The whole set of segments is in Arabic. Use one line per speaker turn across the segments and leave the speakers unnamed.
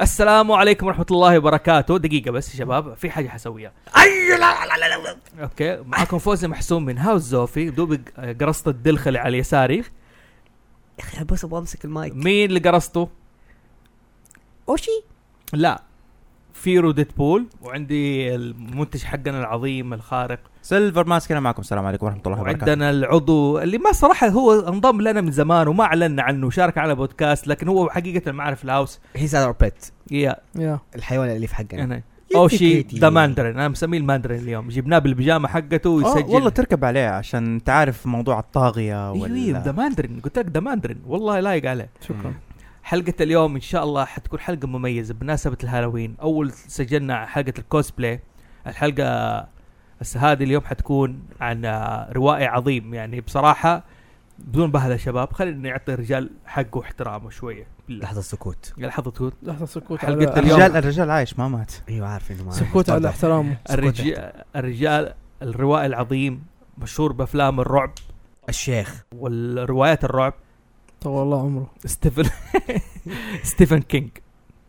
السلام عليكم ورحمة الله وبركاته دقيقة بس يا شباب في حاجة حسويها
اي لا لا لا لا
اوكي معاكم فوزي محسوم من هاوس زوفي دوب قرصت الدلخ اللي على يساري
يا اخي بس ابغى امسك المايك
مين اللي قرصته؟
اوشي
لا فيرو ديدبول وعندي المنتج حقنا العظيم الخارق
سيلفر ماسك انا معكم السلام عليكم ورحمه الله وبركاته
وعندنا العضو اللي ما صراحة هو انضم لنا من زمان وما اعلنا عنه وشارك على بودكاست لكن هو حقيقة ما اعرف الهاوس
هيز اور بيت
يا
يا
الحيوان الاليف حقنا
أنا. او شيء
كريتيف.
ذا ماندرين انا مسميه الماندرين اليوم جبناه بالبيجامه حقته
آه،
ويسجل
والله تركب عليه عشان تعرف موضوع الطاغيه
ايوه ايوه ذا
وال
ماندرين قلت لك ذا ماندرين والله لايق عليه
شكرا
حلقة اليوم ان شاء الله حتكون حلقة مميزة بمناسبة الهالوين اول سجلنا حلقة الكوسبلاي الحلقة هسه هذه اليوم حتكون عن آه، روائي عظيم يعني بصراحة بدون بهذا شباب خلينا نعطي الرجال حقه واحترامه شوية بالله.
لحظة سكوت
لحظة تكون
لحظه سكوت
حلقة
على
اليوم.
الرجال الرجال عايش ما مات
ايوه عارف انه ما
سكوت على احترامه
الرجال الرجال الروائي العظيم مشهور بافلام الرعب
الشيخ
والروايات الرعب
طول الله عمره
ستيفن ستيفن كينج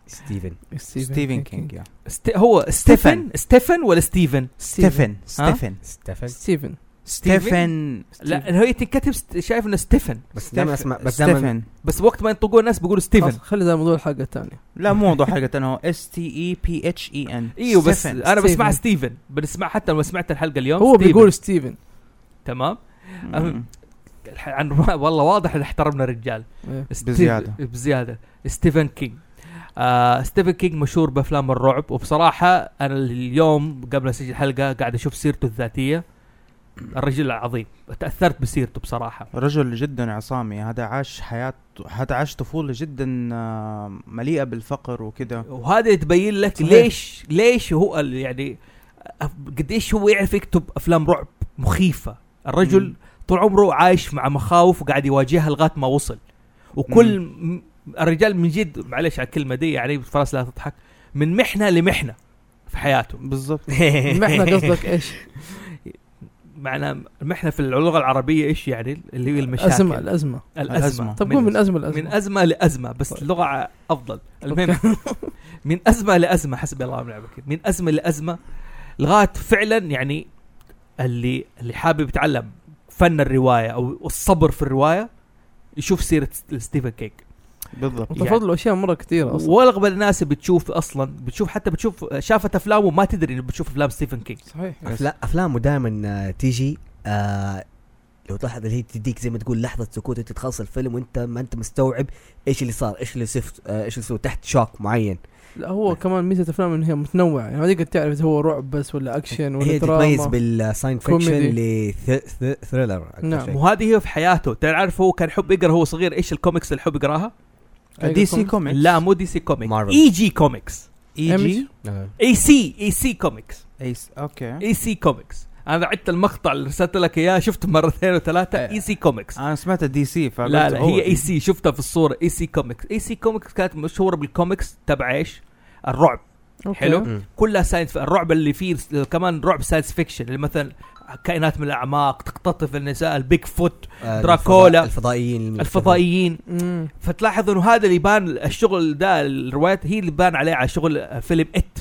ستيفن
ستيفن كينج يا
است... هو ستيفن ستيفن ولا ستيفن؟
ستيفن ستيفن
ستيفن
ستيفن
ستيفن
لا هي تنكتب ست... شايف انه ستيفن
بس دائما اسمع بس دائما
ستيفن
بس وقت ما ينطقوه الناس بيقولوا
خلاص،
ستيفن
خلي ذا الموضوع الحلقه الثانيه
لا مو موضوع حلقتنا هو E اس تي اي بي اتش اي ان
ايوه بس انا
ستيفن.
بسمع ستيفن بنسمع حتى لما سمعت الحلقه اليوم
هو
ستيفن.
بيقول ستيفن
تمام الح- عن والله واضح ان احترمنا الرجال
إيه.
ستيف-
بزيادة.
بزياده ستيفن كينج آه ستيفن كينج مشهور بافلام الرعب وبصراحه انا اليوم قبل اسجل حلقه قاعد اشوف سيرته الذاتيه الرجل العظيم تاثرت بسيرته بصراحه
رجل جدا عصامي هذا عاش حياة هذا عاش طفولة جدا آه، مليئة بالفقر وكذا
وهذا اللي تبين لك
صحيح.
ليش ليش هو ال- يعني أف- قديش هو يعرف يكتب افلام رعب مخيفه الرجل
مم.
طول عمره عايش مع مخاوف وقاعد يواجهها لغايه ما وصل وكل م- الرجال من جد معلش على الكلمه دي يعني فراس لا تضحك من محنه لمحنه في حياته
بالضبط
احنا قصدك ايش؟
معنى المحنه في اللغه العربيه ايش يعني اللي هي المشاكل
الازمه الازمه
الازمه
الأزمة.
طب قول من ازمه
من
لازمه
ازمه لازمه بس
طيب.
اللغه افضل المهم من ازمه لازمه حسبي الله ونعم الوكيل من ازمه لازمه لغايه فعلا يعني اللي اللي حابب يتعلم فن الروايه او الصبر في الروايه يشوف سيره ستيفن كينج
بالضبط
يعني-
تفضلوا اشياء مره كثيره اصلا
واغلب الناس بتشوف اصلا بتشوف حتى بتشوف شافت افلامه ما تدري انه بتشوف افلام ستيفن كينج
صحيح
أفلا- افلامه دائما تيجي آه، لو تلاحظ اللي هي تديك زي ما تقول لحظة سكوت وانت تخلص الفيلم وانت ما انت مستوعب ايش اللي صار ايش اللي سفت آه، ايش اللي سوى تحت شوك معين
لا هو كمان ميزه افلام ان هي متنوعه يعني ما تقدر تعرف اذا هو رعب بس ولا اكشن ولا
هي تتميز
دراما
بالساين فيكشن
كوميدي.
لثريلر
نعم.
وهذه هي في حياته تعرف هو كان يحب يقرا هو صغير ايش الكوميكس اللي يحب يقراها
أيوة،
دي سي
كوميكس.
كوميكس E
لا مو دي سي كوميكس
Marvel.
اي جي كوميكس
اي
إيمج.
جي
نعم.
اي سي اي سي كوميكس
ايس اوكي
اي سي كوميكس انا عدت المقطع اللي رسلت لك اياه شفته مرتين وثلاثه
إيه.
اي سي كوميكس
انا سمعت الدي سي فقلت
لا لا
أوه، إيه؟
هي اي سي شفتها في الصوره اي سي كوميكس اي سي كوميكس كانت مشهوره بالكوميكس تبع ايش؟ الرعب
أوكي.
حلو.
مم.
كلها ساينس الرعب اللي فيه س- كمان رعب ساينس فيكشن اللي مثلا كائنات من الاعماق تقتطف النساء البيك فوت
آه،
دراكولا.
الفضاء- الفضائيين
الفضائيين
مم.
فتلاحظ انه هذا اللي يبان الشغل ده الروايات هي اللي بان عليه على شغل فيلم ات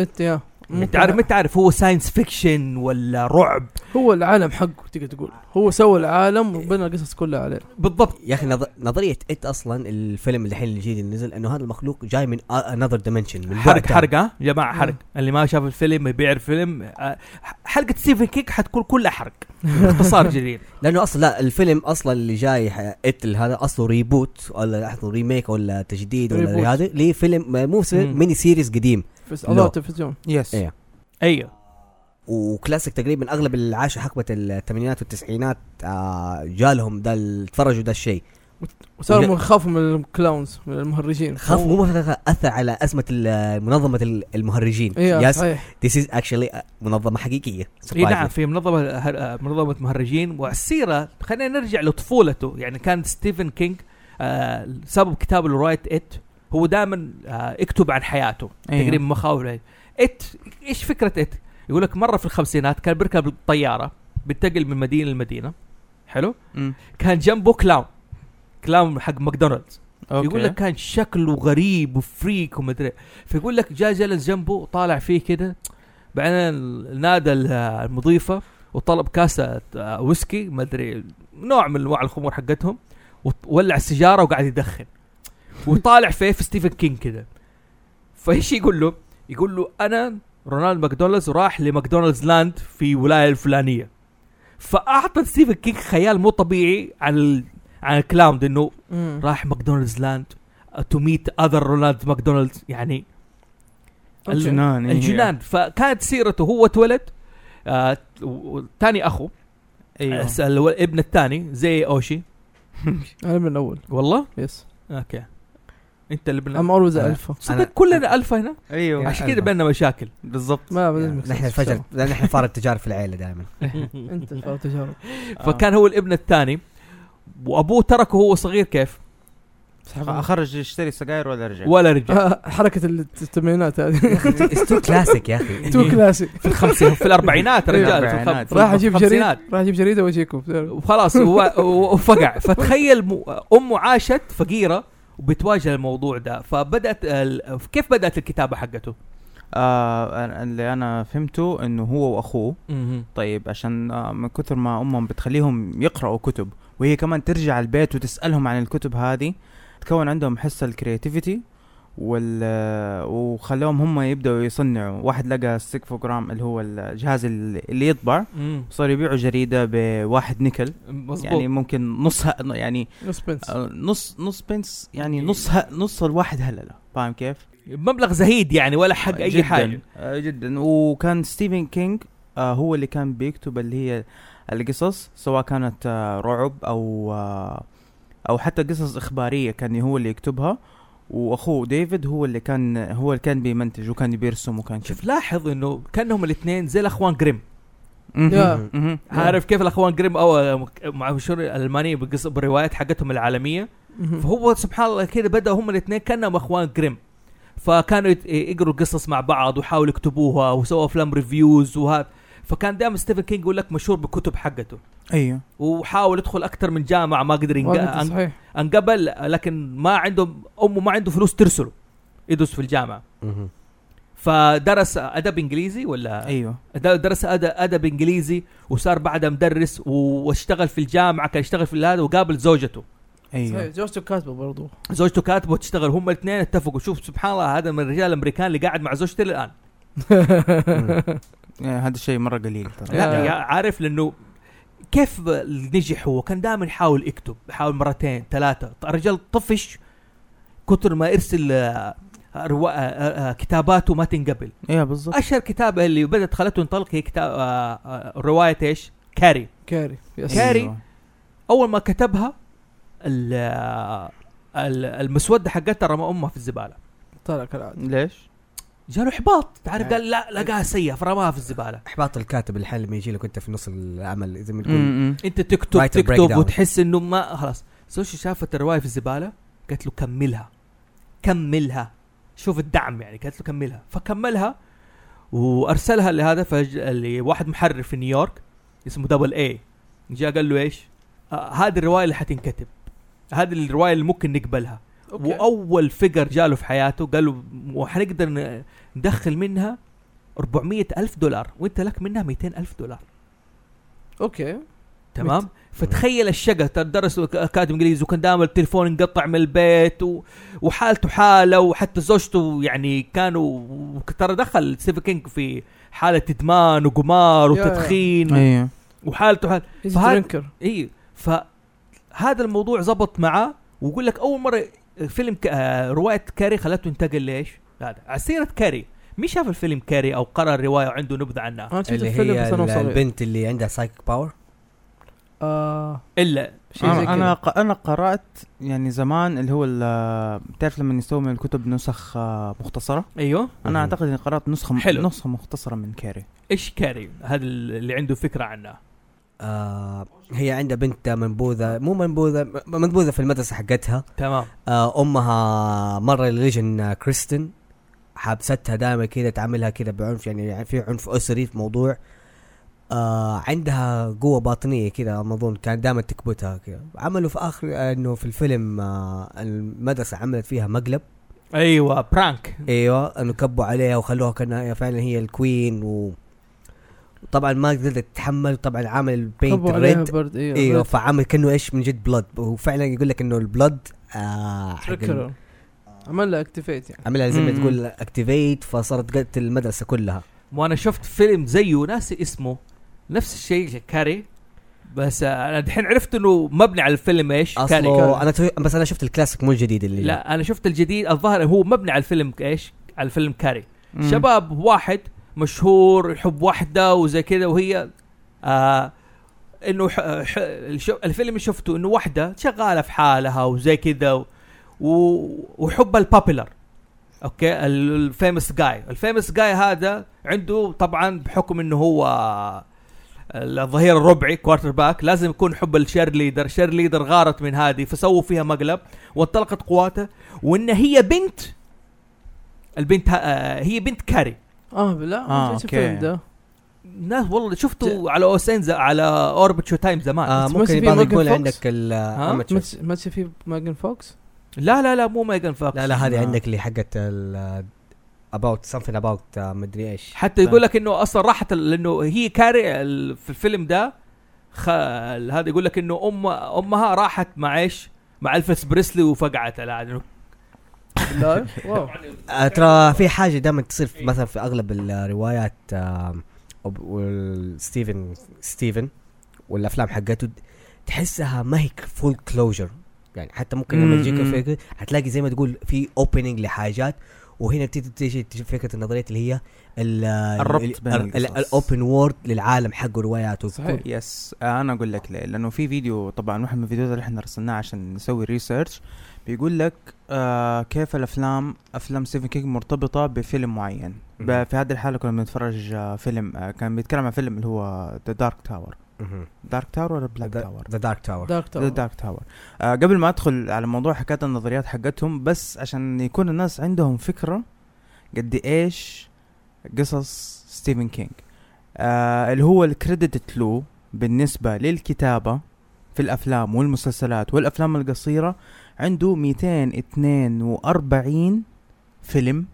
انت يا
انت عارف ما تعرف هو ساينس فيكشن ولا رعب
هو العالم حقه تقدر تقول هو سوى العالم وبنى القصص كلها عليه
بالضبط
يا اخي نظ- نظريه ات اصلا الفيلم اللي الحين الجديد اللي نزل انه هذا المخلوق جاي من انذر دايمنشن من بعد
حرق
تاني.
حرق ها يا جماعه حرق اللي ما شاف الفيلم ما بيعرف فيلم آه، حلقه ستيفن كيك حتكون كلها حرق باختصار جديد
لانه اصلا لا الفيلم اصلا اللي جاي ح- ات هذا اصله ريبوت ولا لحظه ريميك ولا تجديد
ريبوت.
ولا هذا ليه فيلم آه، مو فيلم،
مم.
ميني سيريز قديم
في س-
لا.
أضاءة التلفزيون
يس
إيه.
ايوه
وكلاسيك تقريبا اغلب اللي عاشوا حقبه الثمانينات والتسعينات آه، جالهم ده ال- تفرجوا ده الشيء
وصاروا
وجا-
من- خافوا من الكلاونز من المهرجين
خاف مو مثلاً اثر على ازمه ال- منظمه ال- المهرجين
ايوه صحيح
This is actually آه، منظمه حقيقيه
اي إيه، نعم في منظمه هر- آه، منظمه مهرجين والسيره خلينا نرجع لطفولته يعني كان ستيفن كينج آه، سبب كتابه لرايت ات هو دائما اكتب عن حياته
أيوه.
تقريبا مخاوف لها. ات ايش فكره ات؟ يقول لك مره في الخمسينات كان بيركب الطياره بينتقل من مدينه لمدينه حلو؟
مم.
كان جنبه كلاون كلاون حق ماكدونالدز
أوكي.
يقول لك كان شكله غريب وفريك ومدري إيه. فيقول لك جاء جلس جنبه وطالع فيه كده بعدين نادى ال- المضيفه وطلب كاسه آه، ويسكي مدري إيه، نوع من انواع الخمور حقتهم وط- ولع السيجاره وقاعد يدخن وطالع فيه في ستيفن كينج كده فايش يقول له؟ يقول له انا رونالد ماكدونالدز وراح لماكدونالدز لاند في ولايه الفلانيه فاعطى ستيفن كينج خيال مو طبيعي عن ال... عن الكلام ده انه
مم.
راح ماكدونالدز لاند uh, تو ميت اذر رونالد ماكدونالدز يعني
أوكي.
الجنان.
إيه.
الجنان فكانت سيرته هو اتولد آه و- و- تاني اخو
ايوه
آه، الو- الابن الثاني زي اوشي
انا من الاول
والله
يس
اوكي انت الابن
ام اولويز
أنا-
الفا
صدق كلنا الفا هنا
ايوه
عشان
ألفا.
كذا بيننا مشاكل
بالضبط
ما بدل
يعني نحن الفجر نحن فار التجار في العيله دائما
انت فار تجارب
آه.
فكان هو الابن الثاني وابوه تركه هو صغير كيف
آه. خرج يشتري سجاير ولا رجع
ولا رجع
آه، حركه الثمانينات هذه
استو كلاسيك يا اخي
تو كلاسيك
في الخمسين في الاربعينات
إيه.
رجال في
الأربعينات.
الخم- في
راح اجيب
الخمسينات.
جريده راح اجيب جريده واجيكم تعرف.
وخلاص هو هو فقع فتخيل م- امه عاشت فقيره وبتواجه الموضوع ده فبدات ال... كيف بدات الكتابه حقته؟
آه أنا- اللي انا فهمته انه هو واخوه طيب عشان آه، من كثر ما امهم بتخليهم يقراوا كتب وهي كمان ترجع البيت وتسالهم عن الكتب هذه تكون عندهم حس الكرياتيفيتي وال آه، وخلوهم هم يبداوا يصنعوا واحد لقى السيكفوجرام اللي هو الجهاز اللي اللي يطبع صار يبيعوا جريده بواحد نيكل
مظبوط
يعني ممكن نصها يعني
نص بنس
آه، نص نص بنس يعني نص ه- نص الواحد هلله فاهم كيف؟
مبلغ زهيد يعني ولا حق اي
جداً،
حاجه
آه، جدا وكان ستيفن كينج آه، هو اللي كان بيكتب اللي هي القصص سواء كانت آه، رعب او آه، او حتى قصص اخباريه كان هو اللي يكتبها واخوه ديفيد هو اللي كان هو اللي كان بيمنتج وكان بيرسم وكان كذا
شوف لاحظ انه كانهم الاثنين زي الاخوان جريم
يا.
مهم، مهم.
عارف كيف الاخوان جريم او معشور الالمانيه بالقص- بالروايات حقتهم العالميه فهو سبحان الله كذا بدأ هم الاثنين كانهم اخوان جريم فكانوا يت- يقروا قصص مع بعض ويحاولوا يكتبوها وسووا افلام ريفيوز وهذا فكان دائما ستيفن كينج يقول لك مشهور بكتب حقته
ايوه
وحاول يدخل اكثر من جامعه ما قدر ينق-
والله
أن-
صحيح
انقبل لكن ما عندهم امه ما عنده فلوس ترسله يدرس في الجامعه
مهم.
فدرس ادب انجليزي ولا
ايوه
د- درس أد- ادب انجليزي وصار بعدها مدرس و- واشتغل في الجامعه كان يشتغل في هذا وقابل زوجته
أيوه.
صحيح.
ايوه
زوجته كاتبه برضو
زوجته كاتبه وتشتغل هم الاثنين اتفقوا شوف سبحان الله هذا من الرجال الامريكان اللي قاعد مع زوجته الان
آه، هذا الشيء مره قليل ترى
لا
يا.
يا يعني عارف لانه كيف نجح هو كان دائما يحاول يكتب يحاول مرتين ثلاثه الرجال طفش كثر ما يرسل آه، روا... آه، آه، كتاباته ما تنقبل
ايوه بالضبط
اشهر كتابه اللي بدات خلته ينطلق هي كتاب آه، آه، روايه ايش كاري
كاري يس
كاري.
أيوة.
اول ما كتبها ال... آه، ال- المسوده حقتها رمى امها في الزباله
طلع كالعاده
ليش؟
جاله احباط تعرف
يعني-
قال لا لقاها سيئه فرماها في الزباله
احباط الكاتب الحين لما يجي لك وانت في نص العمل زي ما تقول
مم، مم.
انت تكتب
Writer breakdown.
تكتب وتحس انه ما خلاص سوشي شافت الروايه في الزباله قالت له كملها كملها شوف الدعم يعني قالت له كملها فكملها وارسلها لهذا فج... لواحد محرر في نيويورك اسمه دبل اي جاء قال له ايش؟ آه هذه الروايه اللي حتنكتب هذه الروايه اللي ممكن نقبلها واول فيجر جاله في حياته قالوا وحنقدر ن- ندخل منها 400 ألف دولار وانت لك منها 200 ألف دولار
اوكي
تمام فتخيل الشقة ترى درس ك- كاتب انجليزي وكان دائما التليفون انقطع من البيت و... وحالته حاله وحتى زوجته يعني كانوا ترى دخل ستيفن كينج في حاله ادمان وقمار
يا- يا.
وتدخين و-
ايوه
وحالته حال
ايزي
فهذا-
درينكر
اي فهذا الموضوع زبط معاه ويقول لك اول مره فيلم ك... آه، روايه كاري خلته ينتقل ليش؟ هذا على سيره كاري مين شاف الفيلم كاري او قرا الروايه وعنده نبذه عنها؟
انا شفت
اللي
الفيلم بس
هي
انا
ال-
صغير
البنت اللي عندها سايك باور
آه
الا
شيء زي
انا انا
كذا
ق- انا قرات يعني زمان اللي هو ال- بتعرف لما يسووا من الكتب نسخ آه، مختصره
ايوه
مهم.
انا اعتقد اني قرات نسخه
حلو.
حلو. نسخه مختصره من كاري
ايش كاري؟ هذا اللي عنده فكره عنها
آه هي عندها بنت منبوذه مو منبوذه م- منبوذه في المدرسه حقتها
تمام
آه امها مره الليجن آه، كريستن حابستها دائما كذا تعاملها كذا بعنف يعني, يعني في عنف اسري في موضوع آه عندها قوه باطنيه كذا ما اظن كان دائما تكبتها كذا عملوا في اخر آه، انه في الفيلم آه المدرسه عملت فيها مقلب
ايوه برانك
ايوه انه كبوا عليها وخلوها كانها فعلا هي الكوين و طبعا ما قدرت تتحمل طبعا عامل بينت
كبوا عليها
ريد
برد ايوه
ايوه فعمل كانه ايش من جد بلد وفعلا يقول لك انه البلد آه حق ال-
تركر عمل له اكتيفيت يعني
عملها زي ما
مم.
تقول اكتيفيت فصارت قتل المدرسه كلها
وانا شفت فيلم زيه ناسي اسمه نفس الشيء كاري بس آه، انا دحين عرفت انه مبني على الفيلم ايش كاري
اصله انا تو- بس انا شفت الكلاسيك مو الجديد اللي
لا انا شفت الجديد الظاهر هو مبني على الفيلم ايش على الفيلم كاري
مم.
شباب واحد مشهور يحب واحده وزي كذا وهي آه انه ح... ح... الش- الفيلم اللي شفته انه واحده شغاله في حالها وزي كذا و... و... وحب البابيلر اوكي الفيمس جاي الفيمس جاي هذا عنده طبعا بحكم انه هو آه، الظهير الربعي كوارتر باك لازم يكون حب الشير ليدر شير ليدر غارت من هذه فسووا فيها مقلب وانطلقت قواته وان هي بنت البنت ها... آه، هي بنت كاري
اه لا
آه،
ما شفت
أوكي.
الفيلم ده
ناس والله شفته على اوسنزا على اوربت شو تايم زمان
آه
بس
ممكن
في
بعض
Megan
يقول
Fox؟
عندك ال
ها؟
آه، amateur.
ما تش- ما تشوف فيه ماجن فوكس
لا لا لا مو ميغان فاكس
لا لا هذه
آه.
عندك اللي حقت ال آه، about something about آه، مدري ايش
حتى يقول لك انه اصلا راحت ال- لانه هي كاري ال- في الفيلم ده خ... ال- هذا يقول لك انه ام امها راحت مع ايش؟ مع الفس بريسلي وفقعت لا لانه
لا واو
آه، ترى في حاجه دائما تصير في- مثلا في اغلب الروايات آه، وب- والستيفن ستيفن والافلام حقته تحسها ما هي فول كلوجر يعني حتى ممكن لما
مم،
تجيك
مم.
الفكره هتلاقي زي ما تقول في اوبننج لحاجات وهنا بتبتدي تيجي تجي فكره النظريه اللي هي ال-
الربط
ال-
بين
ال- ال-
القصص.
الاوبن وورد للعالم حقه رواياته
صحيح
يس آه، انا اقول لك ليه لانه في فيديو طبعا واحد من الفيديوهات اللي احنا رسلناه عشان نسوي ريسيرش بيقول لك آه كيف الافلام افلام ستيفن كينج مرتبطه بفيلم معين ب-
مهم.
في هذه الحاله كنا بنتفرج آه فيلم آه كان بيتكلم عن فيلم اللي هو ذا دارك تاور دارك تاور ولا بلاك تاور
ذا دارك تاور
دارك
ذا دارك تاور آه قبل ما ادخل على موضوع حكايه النظريات حقتهم بس عشان يكون الناس عندهم فكره قد ايش قصص ستيفن كينج آه اللي هو الكريدت له بالنسبه للكتابه في الافلام والمسلسلات والافلام القصيره عنده 242 فيلم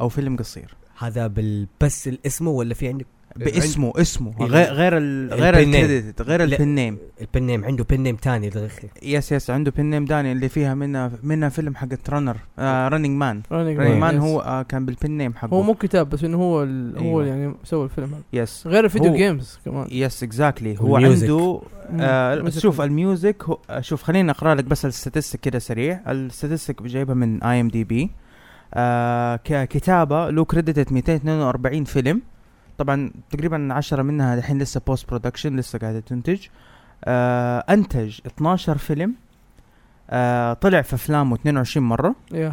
او فيلم قصير
هذا بال- بس الاسم ولا في عندك
باسمه اسمه
إيه.
غير غير ال غير
البن نيم.
الكريدت غير
لا.
البن نيم
البن نيم عنده بن نيم ثاني
يس يس عنده بن نيم داني اللي فيها منها منها فيلم حقت رنر آه رننج مان رننج مان هو آه كان بالبن نيم حقه
هو مو كتاب بس انه هو ال... هو
أيوة.
يعني سوى الفيلم هذا
يس
غير الفيديو
هو-
جيمز كمان
يس اكزاكتلي هو
والميوزك.
عنده
Mm.
آه
مم.
شوف الميوزك هو آه، شوف خليني اقرا لك بس الستاتستيك كده سريع الستاتستيك جايبها من اي ام دي بي ككتابه آه، له كريديتد 242 فيلم طبعا تقريبا 10 منها الحين لسه بوست برودكشن لسه قاعده تنتج آه انتج 12 فيلم آه طلع في افلامه 22 مره
يا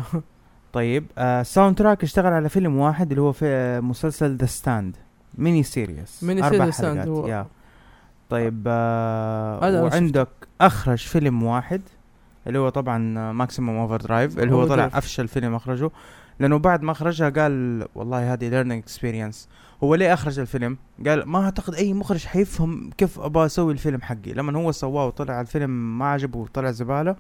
طيب آه ساوند تراك اشتغل على فيلم واحد اللي هو في آه مسلسل ذا ستاند ميني سيريس
ميني
أربع
سيريس ستاند
حلقات.
هو-
يا. طيب
هذا أنا
آه
شفته.
وعندك اخرج فيلم واحد اللي هو طبعا ماكسيموم اوفر درايف اللي هو طلع
Overdrive.
افشل فيلم اخرجه لانه بعد ما اخرجها قال والله هذه ليرنينج اكسبيرينس هو ليه اخرج الفيلم؟ قال ما اعتقد اي مخرج حيفهم كيف ابغى اسوي الفيلم حقي لما هو سواه وطلع الفيلم ما عجبه وطلع زباله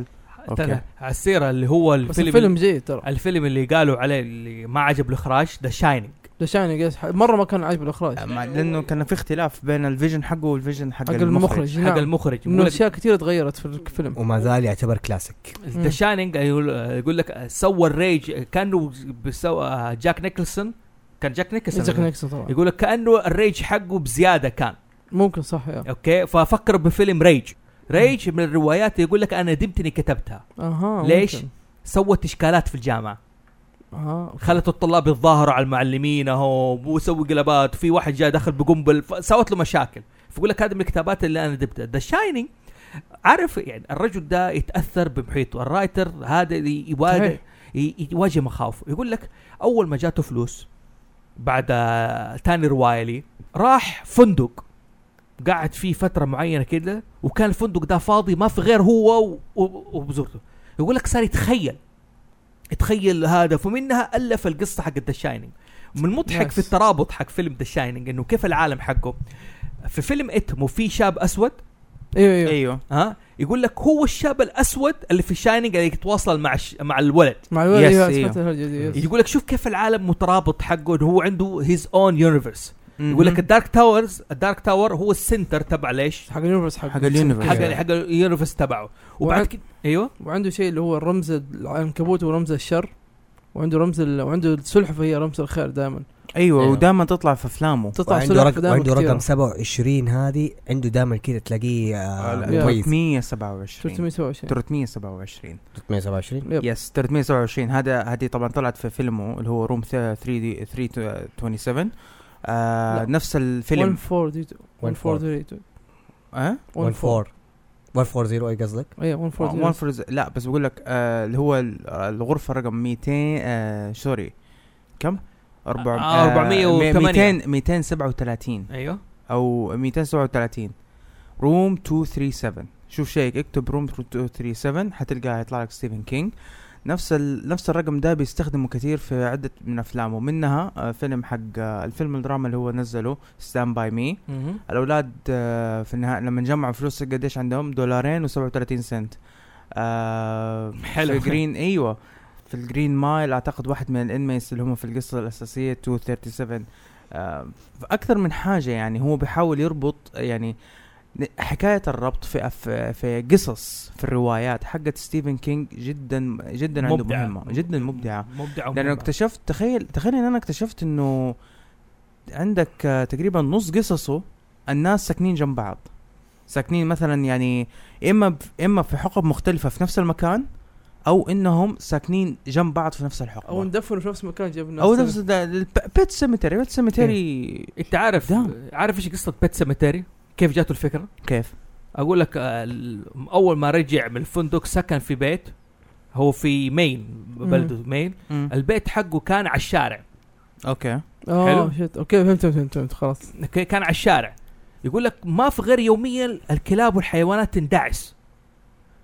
أوكي.
ترى على السيره اللي هو
بس
الفيلم
الفيلم جيد ترى
الفيلم اللي قالوا عليه اللي ما عجب الاخراج ذا شاينينج
دشاني قاس مره ما كان عاجبه الاخراج
آه، مع- لانه كان في اختلاف بين الفيجن حقه والفيجن حق
حق
المخرج
المخرج
حق
نعم
المخرج
انه اشياء كثيره تغيرت في الفيلم
وما زال يعتبر كلاسيك
ذا شاينينج يقول لك سوى الريج كانه بيسوى جاك نيكلسون كان جاك نيكلسون
جاك نيكسون طبعا
يقول لك كانه الريج حقه بزياده كان
ممكن صح يا
اوكي ففكر بفيلم ريج ريج من الروايات يقول لك انا ندمت اني كتبتها
اها
ليش؟
ممكن.
سوت اشكالات في الجامعه
اها
خلت الطلاب يتظاهروا على معلمينهم ويسوي قلبات وفي واحد جاي دخل بقنبل ف- سوت له مشاكل فيقول لك هذه من الكتابات اللي انا ندمتها ذا شاينينج عارف يعني الرجل ده يتاثر بمحيطه الرايتر هذا اللي يواجه
صحيح.
ي- يواجه مخاوفه يقول لك اول ما جاته فلوس بعد آه، تاني روايه لي راح فندق قعد فيه فتره معينه كده وكان الفندق ده فاضي ما في غير هو و- و- وبزورته يقول لك صار يتخيل يتخيل هذا فمنها الف القصه حق ذا شاينينج من المضحك
Nice.
في الترابط حق فيلم ذا شاينينج انه كيف العالم حقه في فيلم اتمو في شاب اسود
ايوه ايوه
ايوه
ها يقول لك هو الشاب الاسود اللي في شاينينج اللي يتواصل مع الش... مع الولد
مع الولد
Yes،
ايوه
أيوه.
أثبت الهرجة دي، yes.
يقول لك شوف كيف العالم مترابط حقه انه هو عنده هيز اون يونيفرس يقول لك
مهم.
الدارك تاورز الدارك تاور هو السنتر تبع ليش
حق اليونيفرس حق
حق اليونيفرس.
حق
أيوه.
حق اليونيفرس تبعه وبعد
وعن-
كده ايوه
وعنده شيء اللي هو الرمز العنكبوت ورمز الشر وعنده رمز ال... وعنده السلحفه هي رمز الخير دائما
ايوه
أيوه.
ودائما تطلع في افلامه
تطلع
وعنده
سلحفه
رقم
دائما
وعنده رقم
كثيرة.
27 هذه عنده دائما كذا تلاقيه آه،
يا.
مميز
327
327
327
327
يب.
يس 327 هذا هذه طبعا طلعت في فيلمه اللي هو روم 3 دي 327 آه
لا.
نفس الفيلم آه؟
1432 1432
ها
14 140 اي إيه قصدك؟
ايوه 140
140 لا بس بقول لك آه اللي هو ال- الغرفه رقم 200 آه سوري كم؟ 400
آه، 408.
200 237
ايوه
او 237 روم 237 شوف شيك اكتب روم 237 حتلقى هيطلع لك ستيفن كينج نفس ال... نفس الرقم ده بيستخدمه كثير في عده من افلامه منها آه، فيلم حق آه، الفيلم الدراما اللي هو نزله ستاند باي مي
مهم.
الاولاد آه، في النهايه لما جمعوا فلوس قديش عندهم دولارين و37 سنت آه،
حلو.
في جرين ايوه في الجرين مايل اعتقد واحد من الانميس اللي هم في القصه الاساسيه 237 آه، فاكثر من حاجه يعني هو بيحاول يربط يعني ن- حكايه الربط في أف- في قصص في الروايات حقت ستيفن كينج جدا جدا عنده
مبدعة.
مهمه جدا مبدعه
مبدعه
لانه
ومهمة.
اكتشفت تخيل تخيل ان انا اكتشفت انه عندك آه، تقريبا نص قصصه الناس ساكنين جنب بعض ساكنين مثلا يعني اما ب- اما في حقب مختلفه في نفس المكان او انهم ساكنين جنب بعض في نفس الحقبه
او ندفنوا في نفس المكان جبنا
او نفس إيه. البيت سيمتري بيت سيمتري
انت عارف
دام.
عارف ايش قصه بيت سيمتري؟ كيف جاته الفكره؟
كيف؟
اقول لك آه، ال- اول ما رجع من الفندق سكن في بيت هو في مين بلده مين البيت حقه كان على الشارع
اوكي
اه
حلو.
شت اوكي فهمت فهمت فهمت خلاص
اوكي كان على الشارع يقول لك ما في غير يوميا الكلاب والحيوانات تندعس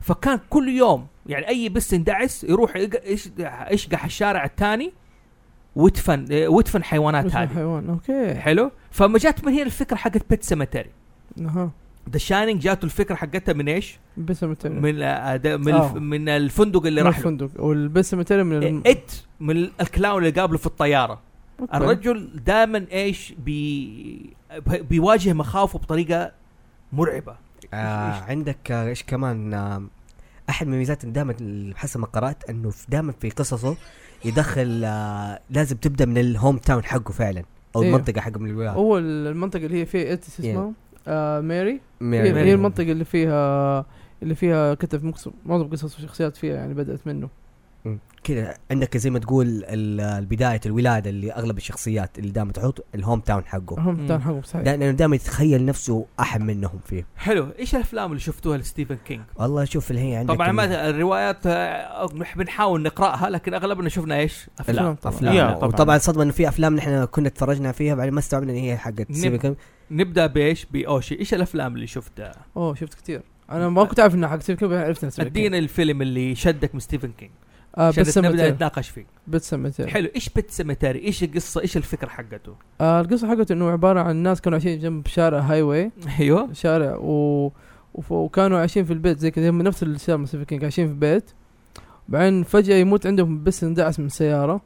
فكان كل يوم يعني اي بس يندعس يروح يق- يش- يشقح الشارع الثاني ويدفن آه، ويدفن حيوانات
بس
هذه
حيوان اوكي
حلو فما جات من هنا الفكره حقت بيت سيمتري
اها
ذا شاينينج جاته الفكره حقتها من ايش؟
بسم من
من آه، ده- من
آه.
الف- من الفندق اللي راح له إيه،
الفندق والبسم التالي من الم...
ات من الكلاون اللي قابله في الطياره
أوكي.
الرجل دائما ايش بي بيواجه مخاوفه بطريقه مرعبه
آه
إيش-
عندك آه، ايش كمان آه احد من ميزات دائما حسب ما قرات انه في- دائما في قصصه يدخل آه لازم تبدا من الهوم تاون حقه فعلا او
إيه.
المنطقه حقه من الولايات
هو المنطقه اللي هي فيها ات اسمها آه ماري
يعني
هي,
ماري.
إيه.
هي المنطقه اللي فيها اللي فيها كتب مقص- معظم قصص وشخصيات فيها يعني بدات منه
كذا عندك زي ما تقول ال- بدايه الولاده اللي اغلب الشخصيات اللي دائما تحط الهوم تاون حقه
هم
مم.
كان حقهم صحيح
دا- لانه دائما يتخيل نفسه احد منهم فيه
حلو ايش الافلام اللي شفتوها لستيفن كينج
والله شوف اللي هي عندك
طبعا
ال-
ما الروايات آه، بنحاول نقراها لكن اغلبنا شفنا ايش
افلام
افلام
طبعاً.
افلام
يا،
لا.
طبعاً.
وطبعا صدمه انه في افلام نحن كنا تفرجنا فيها بعدين ما استوعبنا ان هي حقت
نب-
سيفن كينج.
نبدا بايش باوشي ايش الافلام اللي شفتها
اوه شفت كثير انا ما كنت عارف انها حق سيفن كينج بعدين عرفت انها سيفن كينج.
ادينا الفيلم اللي شدك من ستيفن كينج
آه
عشان
بس
نبدا
نبدا
نتناقش فيه
بس إيه. متى
حلو ايش بيت سيمتاري ايش القصه ايش الفكره حقته
آه القصه حقته انه عباره عن ناس كانوا عايشين جنب شارع هاي واي
ايوه
شارع و... وف... وكانوا عايشين في البيت زي كذا هم نفس الشارع سيفن كينج عايشين في بيت بعدين فجأة يموت عندهم بس اندعس من سيارة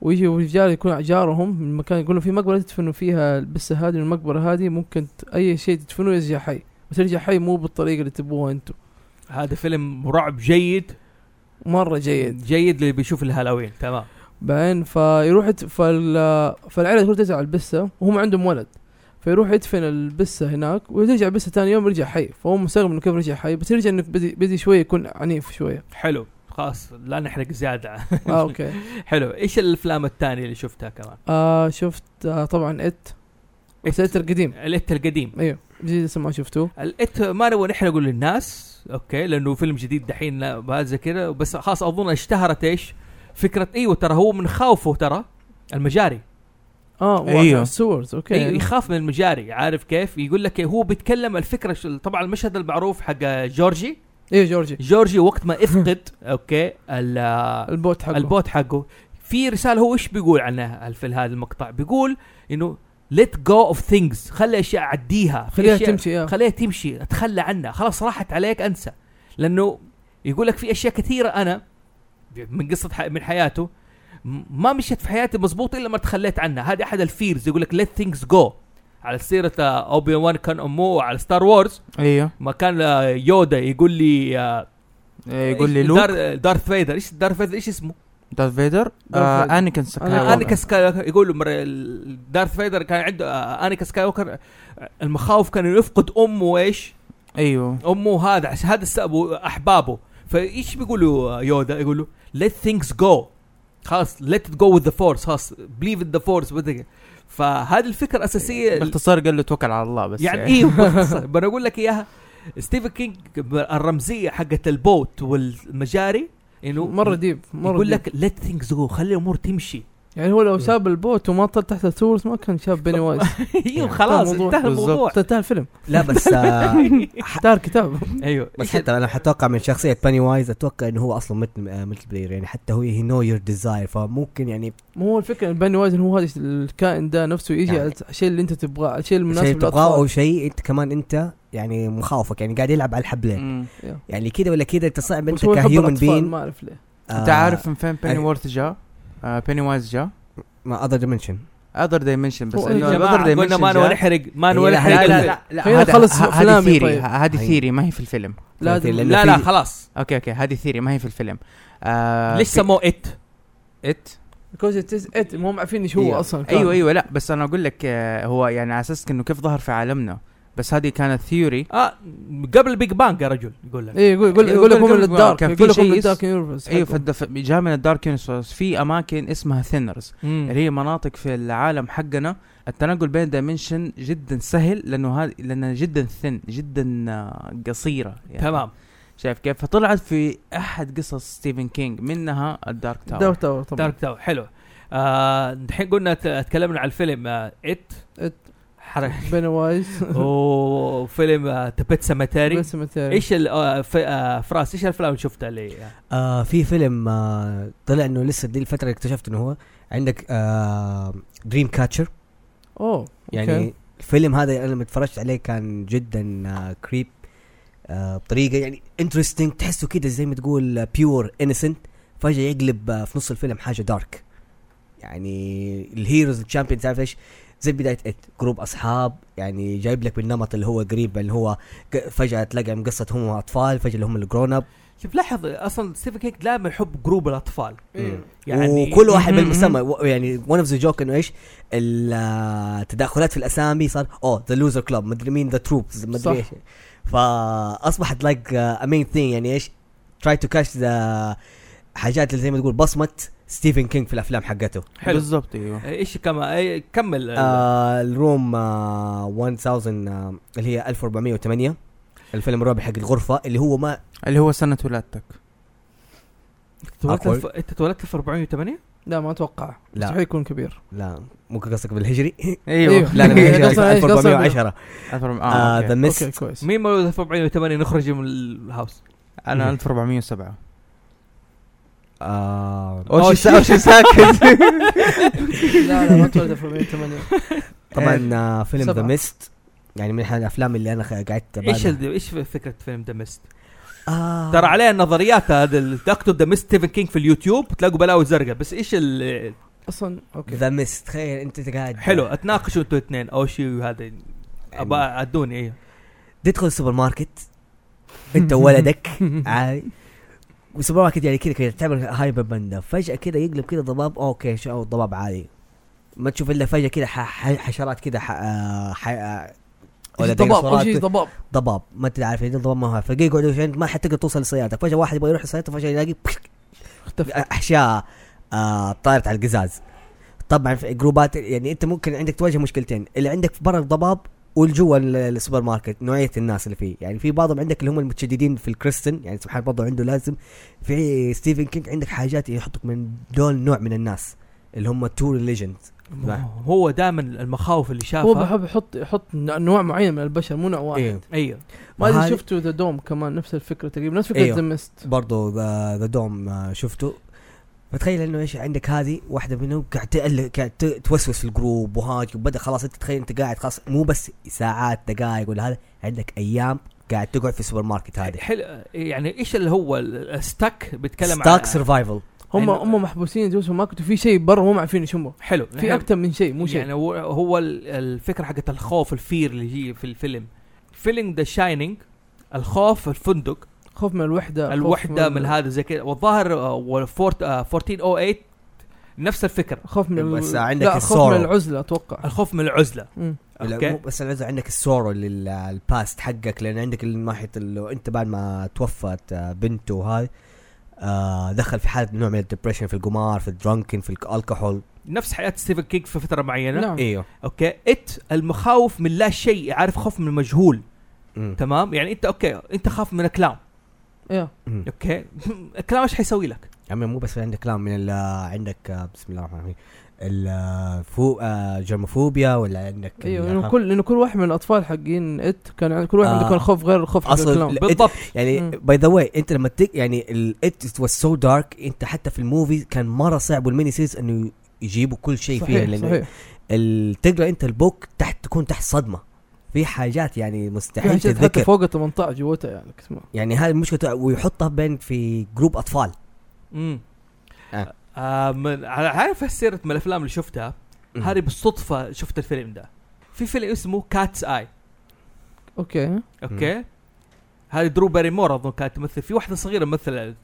ويجي رجال يكون جارهم من مكان يقولوا في مقبرة تدفنوا فيها البسة هذه المقبرة هذه ممكن ت... أي شيء تدفنوه يرجع حي بس يرجع حي مو بالطريقة اللي تبوها أنتم
هذا فيلم رعب جيد
مرة جيد
جيد اللي بيشوف الهالوين تمام
بعدين فيروح يت... فال... فالعيلة تقول تزعل البسة وهم عندهم ولد فيروح يدفن البسة هناك وترجع البسة ثاني يوم يرجع حي فهو مستغرب انه كيف رجع حي بس يرجع انه بدي, بدي شوية يكون عنيف شوية
حلو خلاص لا نحرق زياده
اه اوكي
حلو ايش الافلام الثانيه اللي شفتها كمان
آه شفت آه طبعا ات بس ات القديم
الات القديم
ايوه جديد لسه ما شفتوه
الات ما نبغى نحرقه للناس اوكي لانه فيلم جديد دحين لا بعد زي كذا بس خلاص اظن اشتهرت ايش فكره ايوه ترى هو من خوفه ترى المجاري
اه
أيوه.
ايوه السورز اوكي
أيوه يخاف من المجاري عارف كيف يقول لك هو بيتكلم الفكره شو- طبعا المشهد المعروف حق جورجي
ايوه جورجي
جورجي وقت ما افقد اوكي ال-
البوت حقه
البوت حقه في رساله هو ايش بيقول عنها في هذا المقطع بيقول انه ليت جو اوف ثينجز خلي اشياء عديها في
خليها
أشياء-
تمشي آه.
خليها تمشي اتخلى عنها خلاص راحت عليك انسى لانه يقول لك في اشياء كثيره انا من قصه ح... من حياته م- ما مشيت في حياتي مزبوط الا ما تخليت عنها هذه احد الفيرز يقول لك ليت ثينجز جو على سيره اوبي وان كان امه على ستار وورز
ايوه
ما كان آه، يودا يقول لي آه،
إيه، يقول لي
إيش-
لوك
دار دارث فيدر ايش دارث فيدر ايش اسمه؟
دارث فيدر
دارث فيدر.
انيكن
أيوة.
آه،
سكاي
انيكا سكاي يقول له مر- دارث فيدر كان عنده آه، انيكا سكاي ووكر آه، المخاوف كان يفقد امه وايش؟
ايوه
امه هذا عش- هذا السبب احبابه فايش بيقولوا آه، يودا يقولوا let things go خلاص let it go with the force خلاص believe in the force بدك. فهذه الفكره الاساسيه
باختصار قال له توكل على الله بس
يعني ايه باختصار. بنا اقول لك اياها ستيفن كينج الرمزيه حقت البوت والمجاري انه
مره ديب مره
يقول
ديب.
لك let things go خلي الامور تمشي
يعني هو لو شاب البوت وما طل تحت السورس ما كان شاب بيني وايز
ايوه خلاص
الموضوع.
انتهى الموضوع
انتهى الفيلم
لا بس آه
انتهى الكتاب
ايوه
بس حتى انا حتوقع من شخصيه باني وايز اتوقع انه هو اصلا مثل آه، مثل بلاير يعني حتى هو هي نو يور ديزاير فممكن يعني
مو هو الفكره ان باني وايز إن هو هذا الكائن ده نفسه يجي
يعني.
على الشيء اللي انت تبغاه الشيء المناسب
شيء تبغاه
للأطفال.
او شيء انت كمان انت يعني مخاوفك يعني قاعد يلعب على الحبلين
مم.
يعني كذا ولا كذا انت صعب
بس
انت
هو يحب
كهيومن
الأطفال،
بين
ما اعرف ليه
آه،
انت عارف من فين آه، بيني
أيوة.
وورث جاء؟ بيني وايز جاء؟
ما اذر ديمنشن
اذر دايمنشن بس
هو
يا
إنه
جماعة،
اذر
قلنا ما
دايمنشن
نحرق ما
لا،
نحرق
لا
الفيلم.
لا لا
خلينا
هذا-
نخلص
ه- هذه
أفلامي
ثيري
طيب.
هذه
هي.
أيوه.
ثيري ما هي في الفيلم
لازم
لأنه
لا
في-
لا خلاص
اوكي اوكي هذه ثيري ما هي في الفيلم آه
ليش سموه ات؟
ات
بيكوز ات ما هم عارفين ايش هو
أيوة.
اصلا كان.
ايوه ايوه لا بس انا اقول لك آه، هو يعني على اساس انه كيف ظهر في عالمنا بس هذه كانت ثيوري
اه قبل بيج بانج يا رجل يقول لك
ايه يقول يقول
إيه،
أيوة،
يقول لكم
قبل-
من الدارك
كان في
يقول لكم
شيء
من
اس-
الدارك يونيفرس
أيوة،
ايوه
حقهم.
فد- ف- جاء من الدارك يونيفرس في اماكن اسمها ثينرز اللي هي مناطق في العالم حقنا التنقل بين دايمنشن جدا سهل لانه هذه لانها جدا ثن جدا آه، قصيره يعني
تمام
شايف كيف فطلعت في احد قصص ستيفن كينج منها الدارك تاور
دارك تاور طبعا
دارك تاور حلو آه، الحين قلنا ت- تكلمنا عن الفيلم ات
It.
حرق
بيني وايز
وفيلم ذا بيت سمتاري
بس متى-
ايش ال- آه، ف- آه، فراس ايش الافلام اللي شفتها اللي آه،
آه في فيلم آه طلع انه لسه دي الفتره اللي اكتشفت انه هو عندك آه دريم كاتشر
اوه
يعني
أوكي.
الفيلم هذا انا لما اتفرجت عليه كان جدا آه كريب آه بطريقه يعني انترستنج تحسه كده زي ما تقول بيور انسنت فجاه يقلب آه في نص الفيلم حاجه دارك يعني الهيروز الشامبيونز عارف ايش زي بدايه ات جروب اصحاب يعني جايب لك بالنمط اللي هو قريب اللي هو ق- فجاه تلاقي مقصه هم اطفال فجاه اللي هم الجرون اب
شوف لاحظ اصلا ستيفن كينج دائما يحب جروب الاطفال
مم.
يعني
وكل واحد
مم.
بالمسمى و- يعني ون اوف ذا جوك انه ايش ال- آه، التداخلات في الاسامي صار "Oh, اوه ذا لوزر كلوب مدري مين ذا تروبز
صح.
مدري ايش فاصبحت لايك امين ثينج يعني ايش تراي تو كاش ذا حاجات اللي زي ما تقول بصمه ستيفن كينج في الافلام حقته
حلو.
بالضبط ايوه
ايش كما إيه، كمل
آه الروم آه 1000 آه اللي هي 1408 الفيلم الرابع حق الغرفه اللي هو ما
اللي هو سنه ولادتك
تولدت
أقول.
الف- انت تولدت في 408
لا ما اتوقع
لا.
مستحيل يكون كبير
لا ممكن قصدك بالهجري
أيوه.
لا لا بالهجري
قصدك إيش؟ قصدك-
1410
ألف- آه،
ذا
أوكي.
ميست
اوكي كويس
مين مولود 408 نخرج من الهاوس
انا 1407
آه
أوه،
اوشي
شي-
سا- اوشي ساكت
لا لا ما تولد في 408
طبعا
إيه.
آه، فيلم ذا
سبعة.
ميست يعني من الافلام اللي انا خ- قعدت
ايش
أبالها.
ال- ايش فكره فيلم ذا ميست؟
آه
ترى عليه النظريات هذا ال- تكتب ذا ميست ستيفن كينج في اليوتيوب تلاقوا بلاوي زرقاء بس ايش ال-
اصلا اوكي
ذا ميست تخيل انت قاعد
حلو اتناقشوا انتوا اثنين او شيء وهذا ابى
يعني
عدوني ايه
تدخل السوبر ماركت انت وولدك عادي والسوبر ماركت يعني كذا كذا تعمل هايبر باندا فجاه كذا يقلب كذا ضباب اوكي شو ضباب عادي ما تشوف الا فجاه كذا ح- ح- حشرات كذا ح- آه، ح- آه،
إيش
ولا
ضباب
ديناصورات
اول شيء ضباب
ضباب ما انت عارف يعني ضباب ما هو عارف. فيقعدوا عشان يعني ما حتقدر توصل لسيارتك فجاه واحد يبغى يروح لسيارته فجاه يلاقي
اختفى
احشاء آه طارت على القزاز طبعا في جروبات يعني انت ممكن عندك تواجه مشكلتين اللي عندك برا الضباب والجوا ال- السوبر ماركت نوعيه الناس اللي فيه يعني في بعضهم عندك اللي هم المتشددين في الكريستن يعني سبحان الله برضه عنده لازم في ستيفن كينج عندك حاجات يحطك من دول نوع من الناس اللي هم تو ريليجنز
هو دائما المخاوف اللي
هو
شافها
بحب يحط يحط نوع معين من البشر مو نوع واحد
إيه.
ايوه
ما ادري
وهذه-
شفتوا ذا دوم كمان نفس الفكره تقريبا نفس فكره
أيوه.
ذا ميست
برضه ذا دوم شفته فتخيل انه ايش عندك هذه واحده منهم قاعد تقل- قاعد ت- توسوس في الجروب وهاج وبدا خلاص انت تخيل انت قاعد خلاص مو بس ساعات دقائق ولا هذا عندك ايام قاعد تقعد في السوبر ماركت هذا
حل... يعني ايش اللي هو الستاك بيتكلم
ستاك سرفايفل
هم
يعني-
هم محبوسين جوزهم ما كنتوا في شيء برا مو عارفين ايش هم
حلو
في اكثر من شيء إيه، مو
مو
شيء
يعني هو- هو ال- الفكره حقت الخوف الفير اللي هي في الفيلم فيلينج ذا شاينينج الخوف الفندق
خوف من الوحده خوف
الوحده من هذا زي كذا والظاهر آه، والفورت- آه، 1408 نفس الفكره
خوف من ال-
بس عندك
لا خوف
الsorrow.
من العزله اتوقع
الخوف من العزله
مم.
لا مو بس العزة عندك السورو للباست حقك لان عندك الناحيه اللي انت بعد ما توفت آه، بنته وهاي آه دخل في حاله نوع من الدبريشن في القمار في الدرنكن في الكحول
نفس حياه ستيفن كينج في فتره معينه
نعم
ايوه
اوكي ات المخاوف من لا شيء عارف خوف من المجهول
مم.
تمام يعني انت اوكي انت خاف من كلام
إيه.
مم.
اوكي كلام ايش حيسوي لك
عمي مو بس عندك كلام من ال- عندك آه، بسم الله الرحمن الرحيم الفو آه جرموفوبيا ولا عندك
ايوه
ال-
لانه كل لانه كل واحد من الاطفال حقين ات كان عن- كل واحد
نعم. آه.
عنده كان خوف غير الخوف حق
أصل
الكلام
لا،
بالضبط
يعني
مم.
باي ذا واي انت لما تك يعني ات واز سو دارك انت حتى في الموفي كان مره صعب والميني سيريز انه يجيبوا كل شيء فيها
صحيح
لانه
صحيح
ال- تقرا انت البوك تحت تكون تحت صدمه في حاجات يعني
في
مستحيل
حاجات حتى
تتذكر
فوق ال 18 جوتها يعني اسمه
يعني هذه المشكله ويحطها بين في جروب اطفال
امم
آه.
آه من على- عارف سيره من الافلام اللي شفتها هذه بالصدفه شفت الفيلم ده في فيلم اسمه كاتس اي
اوكي
اوكي هذه درو باريمور اظن كانت تمثل في واحده صغيره مثل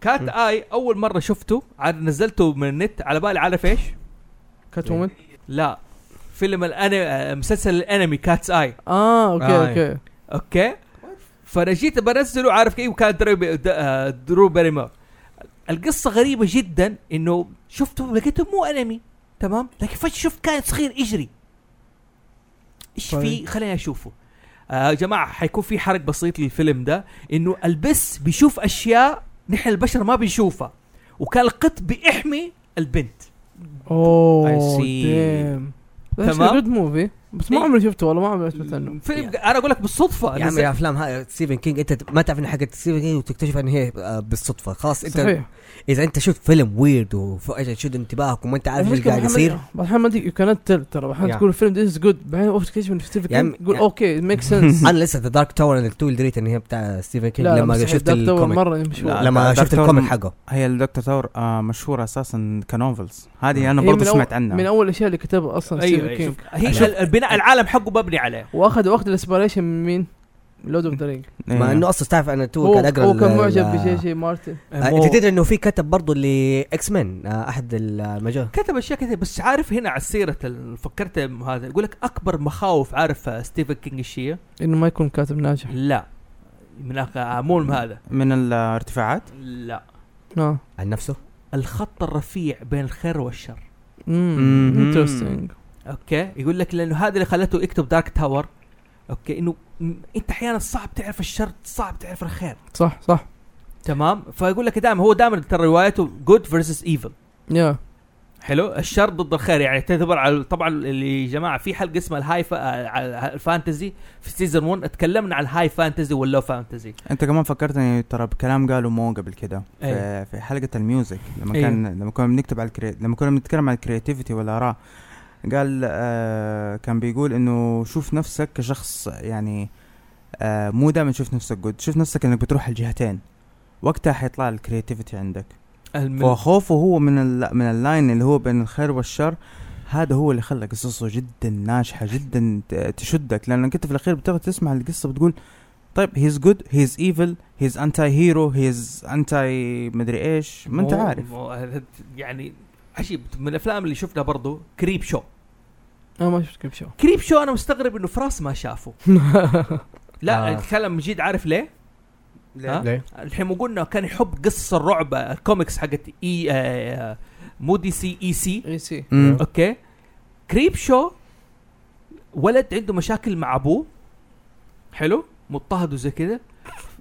كات
مم.
اي اول مره شفته عاد نزلته من النت على بالي عارف ايش
كات
إيه.
وومن
لا فيلم الانمي مسلسل الانمي كاتس اي
اه اوكي
آه،
اوكي
اوكي فانا جيت بنزله عارف كيف كان درو بي- د- آه، درو باريمور القصه غريبه جدا انه شفته لقيته مو انمي تمام لكن فجاه شفت كان صغير يجري ايش
طيب.
في خليني اشوفه آه، يا جماعه حيكون في حرق بسيط للفيلم ده انه البس بيشوف اشياء نحن البشر ما بنشوفها وكان القط بيحمي البنت
اوه
I see.
دام
تمام.
تمام جود موفي بس ما
إيه.
عمري شفته طيب، والله ما عمري سمعت عنه
فيلم انا اقول لك بالصدفه
يا عم
نزل-
يا افلام هاي ستيفن كينج انت ما تعرف ان حاجه ستيفن كينج وتكتشف ان هي آه، بالصدفه خلاص انت
صحيح
اذا انت شفت فيلم ويرد وشد انتباهك وما انت عارف ايش قاعد يصير
بعض ما تدري يو كانت تل ترى بعض
Yeah. يعني
تقول الفيلم ذيس جود بعدين اوف تكتشف انه ستيفن
يا عم-
كينج تقول
يا-
اوكي ميك سنس
انا لسه ذا دارك تاور انا تو دريت ان هي بتاع ستيفن كينج لما شفت الكوميك
مره مش
لا،
لما
Dark
شفت
Tower
الكوميك
من-
حقه
هي الدكتور ثور آه مشهوره اساسا كنوفلز هذه انا
هي
برضو
من أول-
سمعت عنها
من اول الاشياء اللي كتبها اصلا
ايوه
ستيفن
أيوة.
كينج
هي ال- البناء العالم حقه مبني عليه
واخذ واخذ الاسبريشن من مين؟ لود اوف ذا رينج
إيه.
مع انه اصلا تعرف انا تو
هو
كان اقرا
هو كان
ال-
معجب
ال-
بجي جي مارتن
آه،
مو-
انت تدري انه في كتب برضه آه، لاكس مان احد المجال
كتب اشياء كثير بس عارف هنا على سيره ال- فكرت هذا يقول لك اكبر مخاوف عارف آه، ستيفن كينج ايش هي؟
انه ما يكون كاتب ناجح
لا من أخ- آه، مو من هذا
من الارتفاعات
لا
اه
عن نفسه
الخط الرفيع بين الخير والشر
امم
مم.
انترستنج
اوكي يقول لك لانه هذا اللي خلته يكتب دارك تاور اوكي انه م- انت احيانا صعب تعرف الشر صعب تعرف الخير
صح صح
تمام فيقول لك دائما هو دائما ترى روايته جود فيرسس ايفل
يا
حلو الشر ضد الخير يعني تعتبر على طبعا اللي يا جماعه في حلقه اسمها الهاي فا... آه، على الفانتزي في سيزون 1 تكلمنا عن الهاي فانتزي واللو فانتزي
انت كمان فكرتني ترى بكلام قاله مو قبل كده
أيوة.
في, في حلقه الميوزك لما
أيوة.
كان لما كنا بنكتب على الكري... لما كنا بنتكلم عن الكرياتيفيتي والاراء قال آه كان بيقول انه شوف نفسك كشخص يعني آه مو دائما شوف نفسك جود شوف نفسك انك بتروح الجهتين وقتها حيطلع الكرياتيفيتي عندك
الم...
فخوفه هو من ال... من اللاين اللي هو بين الخير والشر هذا هو اللي خلى قصصه جدا ناجحه جدا ت- تشدك لانك انت في الاخير بتقعد تسمع القصه بتقول طيب هيز جود هيز ايفل هيز انتي هيرو هيز انتي مدري ايش ما انت
مو-
عارف
مو- يعني عجيب من الافلام اللي شفنا برضو كريب شو
انا ما شفت كيف شو
كريب شو انا مستغرب انه فراس ما شافه لا
آه.
اتكلم جد عارف ليه؟ ها؟
ليه؟
الحين مو قلنا كان يحب قصص الرعب آه، الكوميكس حقت اي آه، مو E دي سي اي سي
اي سي
إيه.
مم.
اوكي كريب شو ولد عنده مشاكل مع ابوه حلو مضطهد وزي كذا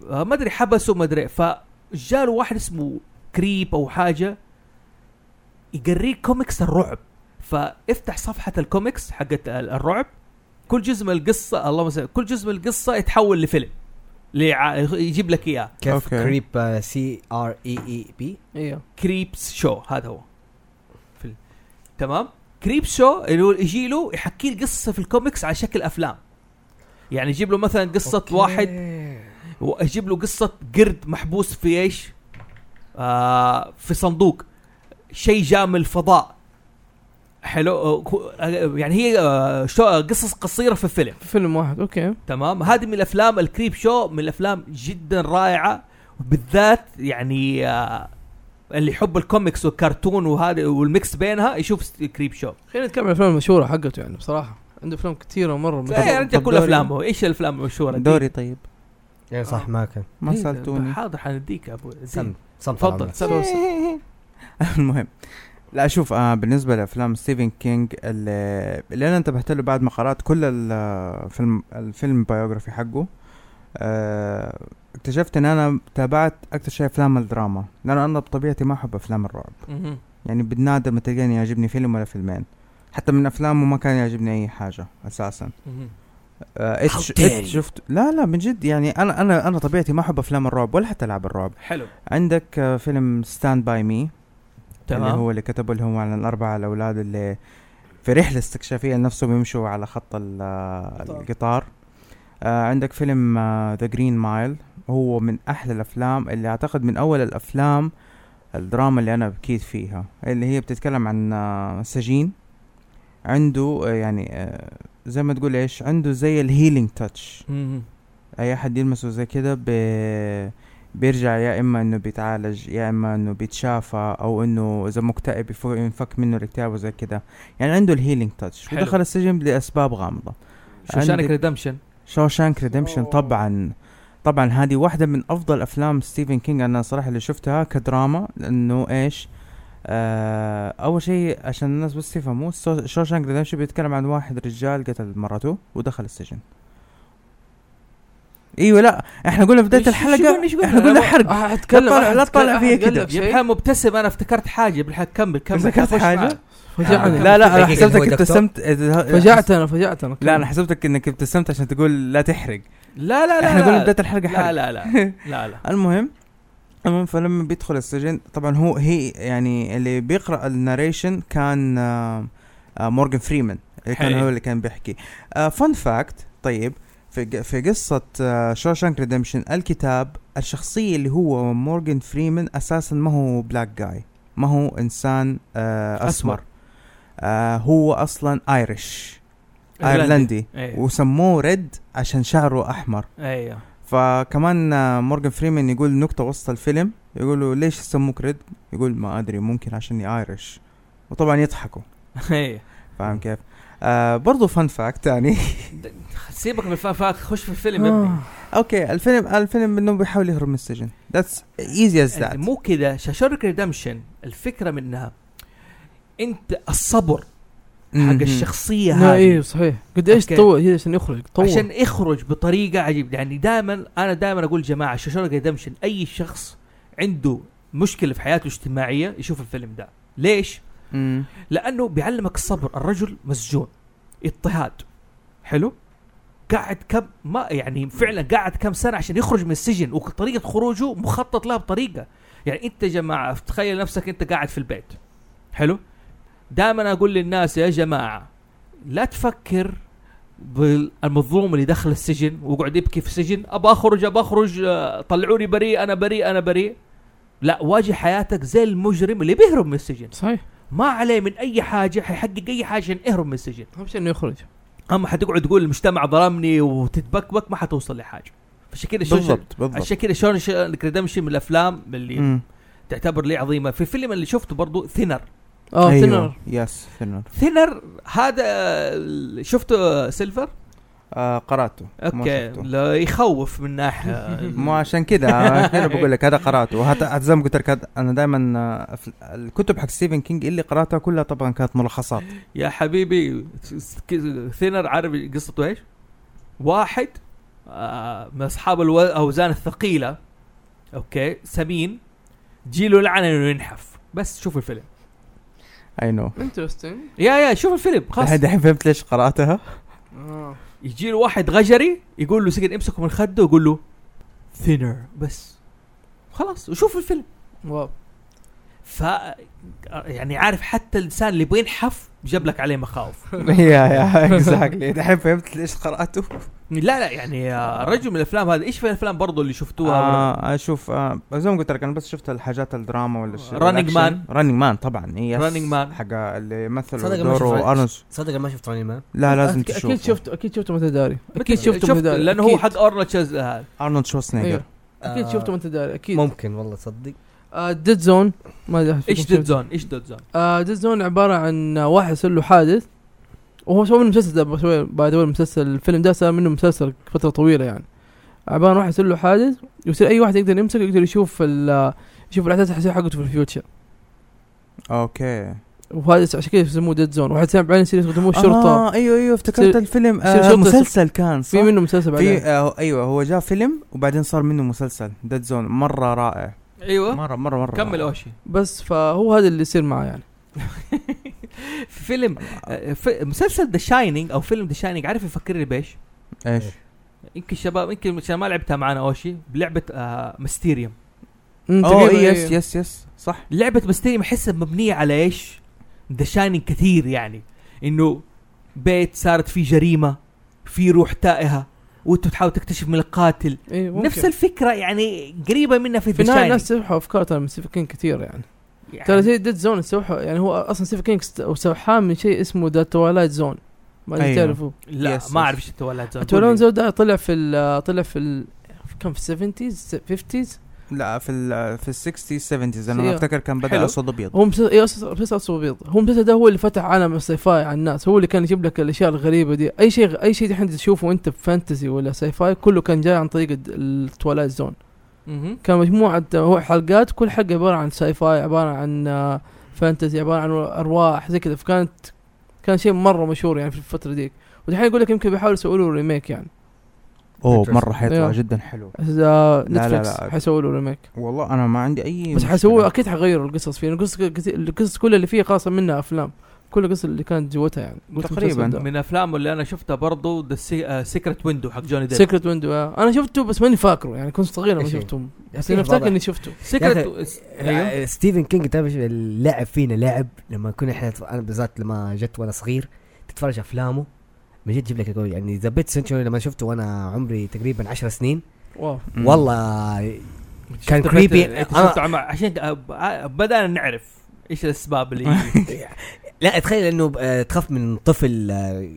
آه، ما ادري حبسه ما ادري فجاله واحد اسمه كريب او حاجه يقريه كوميكس الرعب فافتح صفحه الكوميكس حقت ال- الرعب كل جزء من القصه اللهم صل كل جزء من القصه يتحول لفيلم ليع- يجيب لك اياه
كيف آه،
أوكي.
كريب سي ار اي اي بي
ايوه
كريبس شو هذا هو في ال... تمام كريبس شو اللي هو يجي له يحكي له قصه في الكوميكس على شكل افلام يعني يجيب له مثلا قصه أوكي. واحد ويجيب له قصه قرد محبوس في ايش آه في صندوق شيء جاء من الفضاء حلو آه، كو- آه، يعني هي آه، شو آه، قصص قصيره في فيلم
في فيلم واحد اوكي
تمام هذه من الافلام الكريب شو من الافلام جدا رائعه بالذات يعني آه اللي يحب الكوميكس والكرتون وهذا والميكس بينها يشوف ست- كريب شو
خلينا نتكلم عن الافلام المشهوره حقته يعني بصراحه عنده افلام كثيره مره
إيه، يعني انت
طب
كل
دوري-
افلامه ايش الافلام المشهوره دي؟
دوري طيب
اي صح ما كان
ما
إيه،
سالتوني
حاضر حنديك يا ابو زين.
سم سم طال
تفضل سم
عمرك.
سم.
المهم لا شوف آه بالنسبه لافلام ستيفن كينج اللي, اللي انا انتبهت له بعد ما قرات كل الفيلم الفيلم بايوغرافي حقه آه، اكتشفت ان انا تابعت اكثر شيء افلام الدراما لان انا بطبيعتي ما احب افلام الرعب
مهم.
يعني بالنادر ما تلقاني يعجبني فيلم ولا فيلمين حتى من افلامه ما كان يعجبني اي حاجه اساسا
مهم.
آه، إيش-
How dare
إيش
you.
شفت لا لا من جد يعني انا انا انا طبيعتي ما احب افلام الرعب ولا حتى العاب الرعب
حلو
عندك آه، فيلم ستاند باي مي اللي
تمام
هو اللي كتبه لهم عن الأربعة الأولاد اللي في رحلة استكشافية لنفسهم يمشوا على خط ال- القطار آه عندك فيلم آه، ذا جرين مايل هو من أحلى الأفلام اللي أعتقد من أول الأفلام الدراما اللي أنا بكيت فيها اللي هي بتتكلم عن آه، سجين عنده آه، يعني آه، زي ما تقول ايش عنده زي الهيلينج تاتش
مهم.
اي احد يلمسه زي كده ب... بيرجع يا اما انه بيتعالج يا اما انه بيتشافى او انه اذا مكتئب يف- ينفك منه الاكتئاب وزي كده يعني عنده الهيلينج تاتش
حلو.
ودخل السجن لاسباب غامضه
شوشانك
عندك-
ريدمشن
شوشانك ريدمشن طبعا طبعا هذه واحده من افضل افلام ستيفن كينج انا صراحه اللي شفتها كدراما لانه ايش آه اول شيء عشان الناس بس يفهموا شوشانك ريدمشن بيتكلم عن واحد رجال قتل مرته ودخل السجن ايوه لا احنا قلنا في بدايه
إيش- إيش قلنا-
الحلقه
إيش قلنا؟
احنا
أنا
قلنا
ما-
حرق
آه، اتكلم
لا تطلع- لا
أحد
تطلع
أحد
فيا
قال
إيه كده.
لك
يا
شيء؟
محمد مبتسم انا افتكرت حاجه بالحق كمل كمل
ذكرت
خش
حاجه
معك.
فجعني
لا لا انا
فاكر إنه
حسبتك
هو دكتور؟
ابتسمت إذا-
فجعت انا فجعت انا
لا انا حسبتك انك ابتسمت عشان تقول لا تحرق
لا لا لا
احنا قلنا
لا.
بدايه الحلقه حرق
لا لا لا لا لا
المهم المهم فلما بيدخل السجن طبعا هو هي يعني اللي بيقرا الناريشن كان آه، آه، مورجان فريمان اللي كان
حلو.
هو اللي كان بيحكي فان فاكت طيب في ق- في قصه شوشانك ريدمشن الكتاب الشخصيه اللي هو مورجان فريمان اساسا ما هو بلاك جاي ما هو انسان آه،
أسمر.
اسمر آه، هو اصلا ايرش آه، ايرلندي
ايوه
وسموه ريد عشان شعره احمر
ايوه
فكمان آه، مورغان فريمان يقول نكتة وسط الفيلم يقول له ليش سموك ريد؟ يقول ما أدري ممكن عشاني ايرش وطبعا يضحكوا
ايوه
فاهم كيف؟ آه برضو يعني. فان فاكت تاني
سيبك من الفاك خش في الفيلم يا ابني
آه.
اوكي الفيلم الفيلم انه بيحاول يهرب من السجن ذاتس ايزي از
يعني
ذات
مو كذا شاشرك ريدمشن الفكره منها انت الصبر حق الشخصيه
لا ايه
هذه
صحيح قد ايش
أوكي.
طول هي عشان يخرج طول
عشان يخرج بطريقه عجيبه يعني دائما انا دائما اقول جماعه شاشرك ريدمشن اي شخص عنده مشكله في حياته الاجتماعيه يشوف الفيلم ده ليش؟ لانه بيعلمك الصبر الرجل مسجون اضطهاد حلو قاعد كم ما يعني فعلا قاعد كم سنه عشان يخرج من السجن وطريقه خروجه مخطط لها بطريقه يعني انت يا جماعه تخيل نفسك انت قاعد في البيت حلو دائما اقول للناس يا جماعه لا تفكر بالمظلوم اللي دخل السجن وقعد يبكي في السجن ابى اخرج ابى اخرج آه، طلعوني بريء انا بريء انا بريء لا واجه حياتك زي المجرم اللي بيهرب من السجن
صحيح
ما عليه من اي حاجه حيحقق اي حاجه عشان يهرب من السجن
اهم شيء انه يخرج
اما حتقعد تقول المجتمع ظلمني وتتبكبك ما حتوصل لحاجه فعشان كذا شون-
بالضبط بالضبط
عشان كذا شون ريدمشن من الافلام اللي
مم.
تعتبر لي عظيمه في فيلم اللي شفته برضو ثينر آه،
اه
أيوة.
تنر
يس ثينر
ثينر هذا آه، شفته سيلفر
آه قراته ما
اوكي
شفته.
لا يخوف من ناحيه
مو عشان كده أنا كده بقول لك هذا قراته وحتى حتى زي ما قلت لك هذا- انا دائما آه، أف- الكتب حق ستيفن كينج اللي قراتها كلها طبعا كانت ملخصات
يا حبيبي ثينر عارف قصته ايش؟ واحد آه من اصحاب الو- الاوزان الثقيله اوكي سمين جيله لعنه انه ينحف بس شوف الفيلم
اي نو
انترستنج
يا يا شوف الفيلم خلاص
الحين دحين فهمت ليش قراتها
آه.
يجي له واحد غجري يقول له سكن امسكه من خده ويقول له ثينر بس خلاص وشوف الفيلم
واو
ف يعني عارف حتى الانسان اللي يبغى ينحف جاب لك عليه مخاوف
يا يا اكزاكتلي دحين فهمت ليش قراته
لا لا يعني آه، الرجل من الافلام هذا ايش في الافلام برضو اللي شفتوها
آه اشوف آه زي ما قلت لك انا بس شفت الحاجات الدراما ولا الشيء
Running Man.
رننج مان طبعا هي
Running Man.
حق اللي مثل
صدق ما شفت Running-
دوره ارنس
صدق أنا ما شفت راني مان
لا لازم
أك-
تشوفه
اكيد شفته اكيد شفته وانت داري اكيد
متى-
شفته وانت
شفت
داري
لانه هو
أكيد.
حق ارنولد شاز- آه،
ارنولد شوارسنيجر
أيوه. اكيد
آه،
شفته وانت داري اكيد
ممكن والله تصدق
ديد زون آه، ما ادري أحد
ايش
فيكم
ديد زون ايش ديد زون
آه ديد زون عبارة عن واحد صار له حادث وهو سوى منه مسلسل ده شوي بعد أول مسلسل الفيلم ده صار منه مسلسل فترة طويلة يعني عبارة عن واحد يصير له حادث ويصير أي واحد يقدر يمسك يقدر يشوف ال يشوف الأحداث الحساسية حقته في الفيوتشر
اوكي
وهذا عشان كذا يسموه ديد زون واحد ثاني بعدين يصير يخدموه الشرطة آه
اه ايوه ايوه افتكرت
سل-
الفيلم
سل-
آه
شرطة-
مسلسل كان صح
في منه مسلسل بعدين
في آه ايوه هو جاء فيلم وبعدين صار منه مسلسل ديد زون مره رائع
أيوة.
ايوه
مره مره مره
كمل
رائع.
اوشي
بس فهو هذا اللي يصير معاه يعني
فيلم آه، في مسلسل ذا شاينينج او فيلم ذا شاينينج عارف يفكرني بايش؟
ايش
يمكن الشباب يمكن عشان ما لعبتها معنا اوشي بلعبه آه مستيريوم
أمم،
اوه
تقريباً
يس
إيه.
يس يس صح
لعبه مستيريوم احسها مبنيه على ايش؟ ذا شاينينج كثير يعني انه بيت صارت فيه جريمه في روح تائهه وانتم تحاولوا تكتشف من القاتل
إيه ممكن.
نفس الفكره يعني قريبه منها في ذا
في النهاية
شاينينج
الناس سوحوا أفكار ترى من ستيفن كينج كثير يعني
يعني
ترى زي ديد زون سوحوا يعني هو أصلا ستيفن كينج سوحان من شيء اسمه ذا توالايت زون ما أدري
أيوه.
تعرفه
لا
Yes,
ما
yes.
اعرف ايش التوالات زون.
تولون زود ده طلع في ال طلع في ال كم في السفنتيز 50s
لا في ال في السكستيز 70
أيوه.
انا افتكر كان
حلو.
بدا اسود ابيض
هو مسلسل إيه، أصلاً- مسلسل أصفر وأبيض هو المسلسل ده هو اللي فتح عالم الساي فاي على الناس هو اللي كان يجيب لك الاشياء الغريبه دي اي شيء اي شيء دحين تشوفه انت في فانتسي ولا ساي فاي كله كان جاي عن طريق التوالايت زون
مهم.
كان مجموعه هو حلقات كل حلقه عباره عن ساي فاي عباره عن آه، فانتسي عباره عن ارواح زي كذا فكانت كان شيء مره مشهور يعني في الفتره ديك ودحين يقول لك يمكن بيحاولوا يسووا له ريميك يعني
اوه
Interesting.
مره حيطلع
أيوه.
جدا حلو
اذا
لا، لا.
نتفلكس حيسووا له ريميك
والله انا ما عندي اي
بس
مشكلة.
حيسووا اكيد حغيروا القصص فيه القصص كثير- القصص كلها اللي فيه خاصه منها افلام كل القصص اللي كانت جوتها يعني
تقريباً.
من افلامه اللي انا شفتها برضو ذا سيكرت ويندو حق جوني ديب
سيكريت ويندو انا آه. شفته بس ماني فاكره يعني كنت صغير لما
إيش هي؟
شفته
يا
بس
أخي
انا افتكر
واضح.
اني شفته
سيكرت
أيوه.
ايوه
آه، ستيفن كينج تعرف إيش اللعب فينا لعب لما كنا احنا انا بالذات لما جت وانا صغير تتفرج افلامه من جد جيب لك القوي. يعني ذا بيت سنتشوري لما شفته وانا عمري تقريبا 10 سنين
واو
مم.
والله كان
شفت
creepy.
بيت- أنت
أنا-
شفت عم- عشان أب- بدانا نعرف ايش الاسباب اللي
لا تخيل انه آه، تخاف من طفل آه،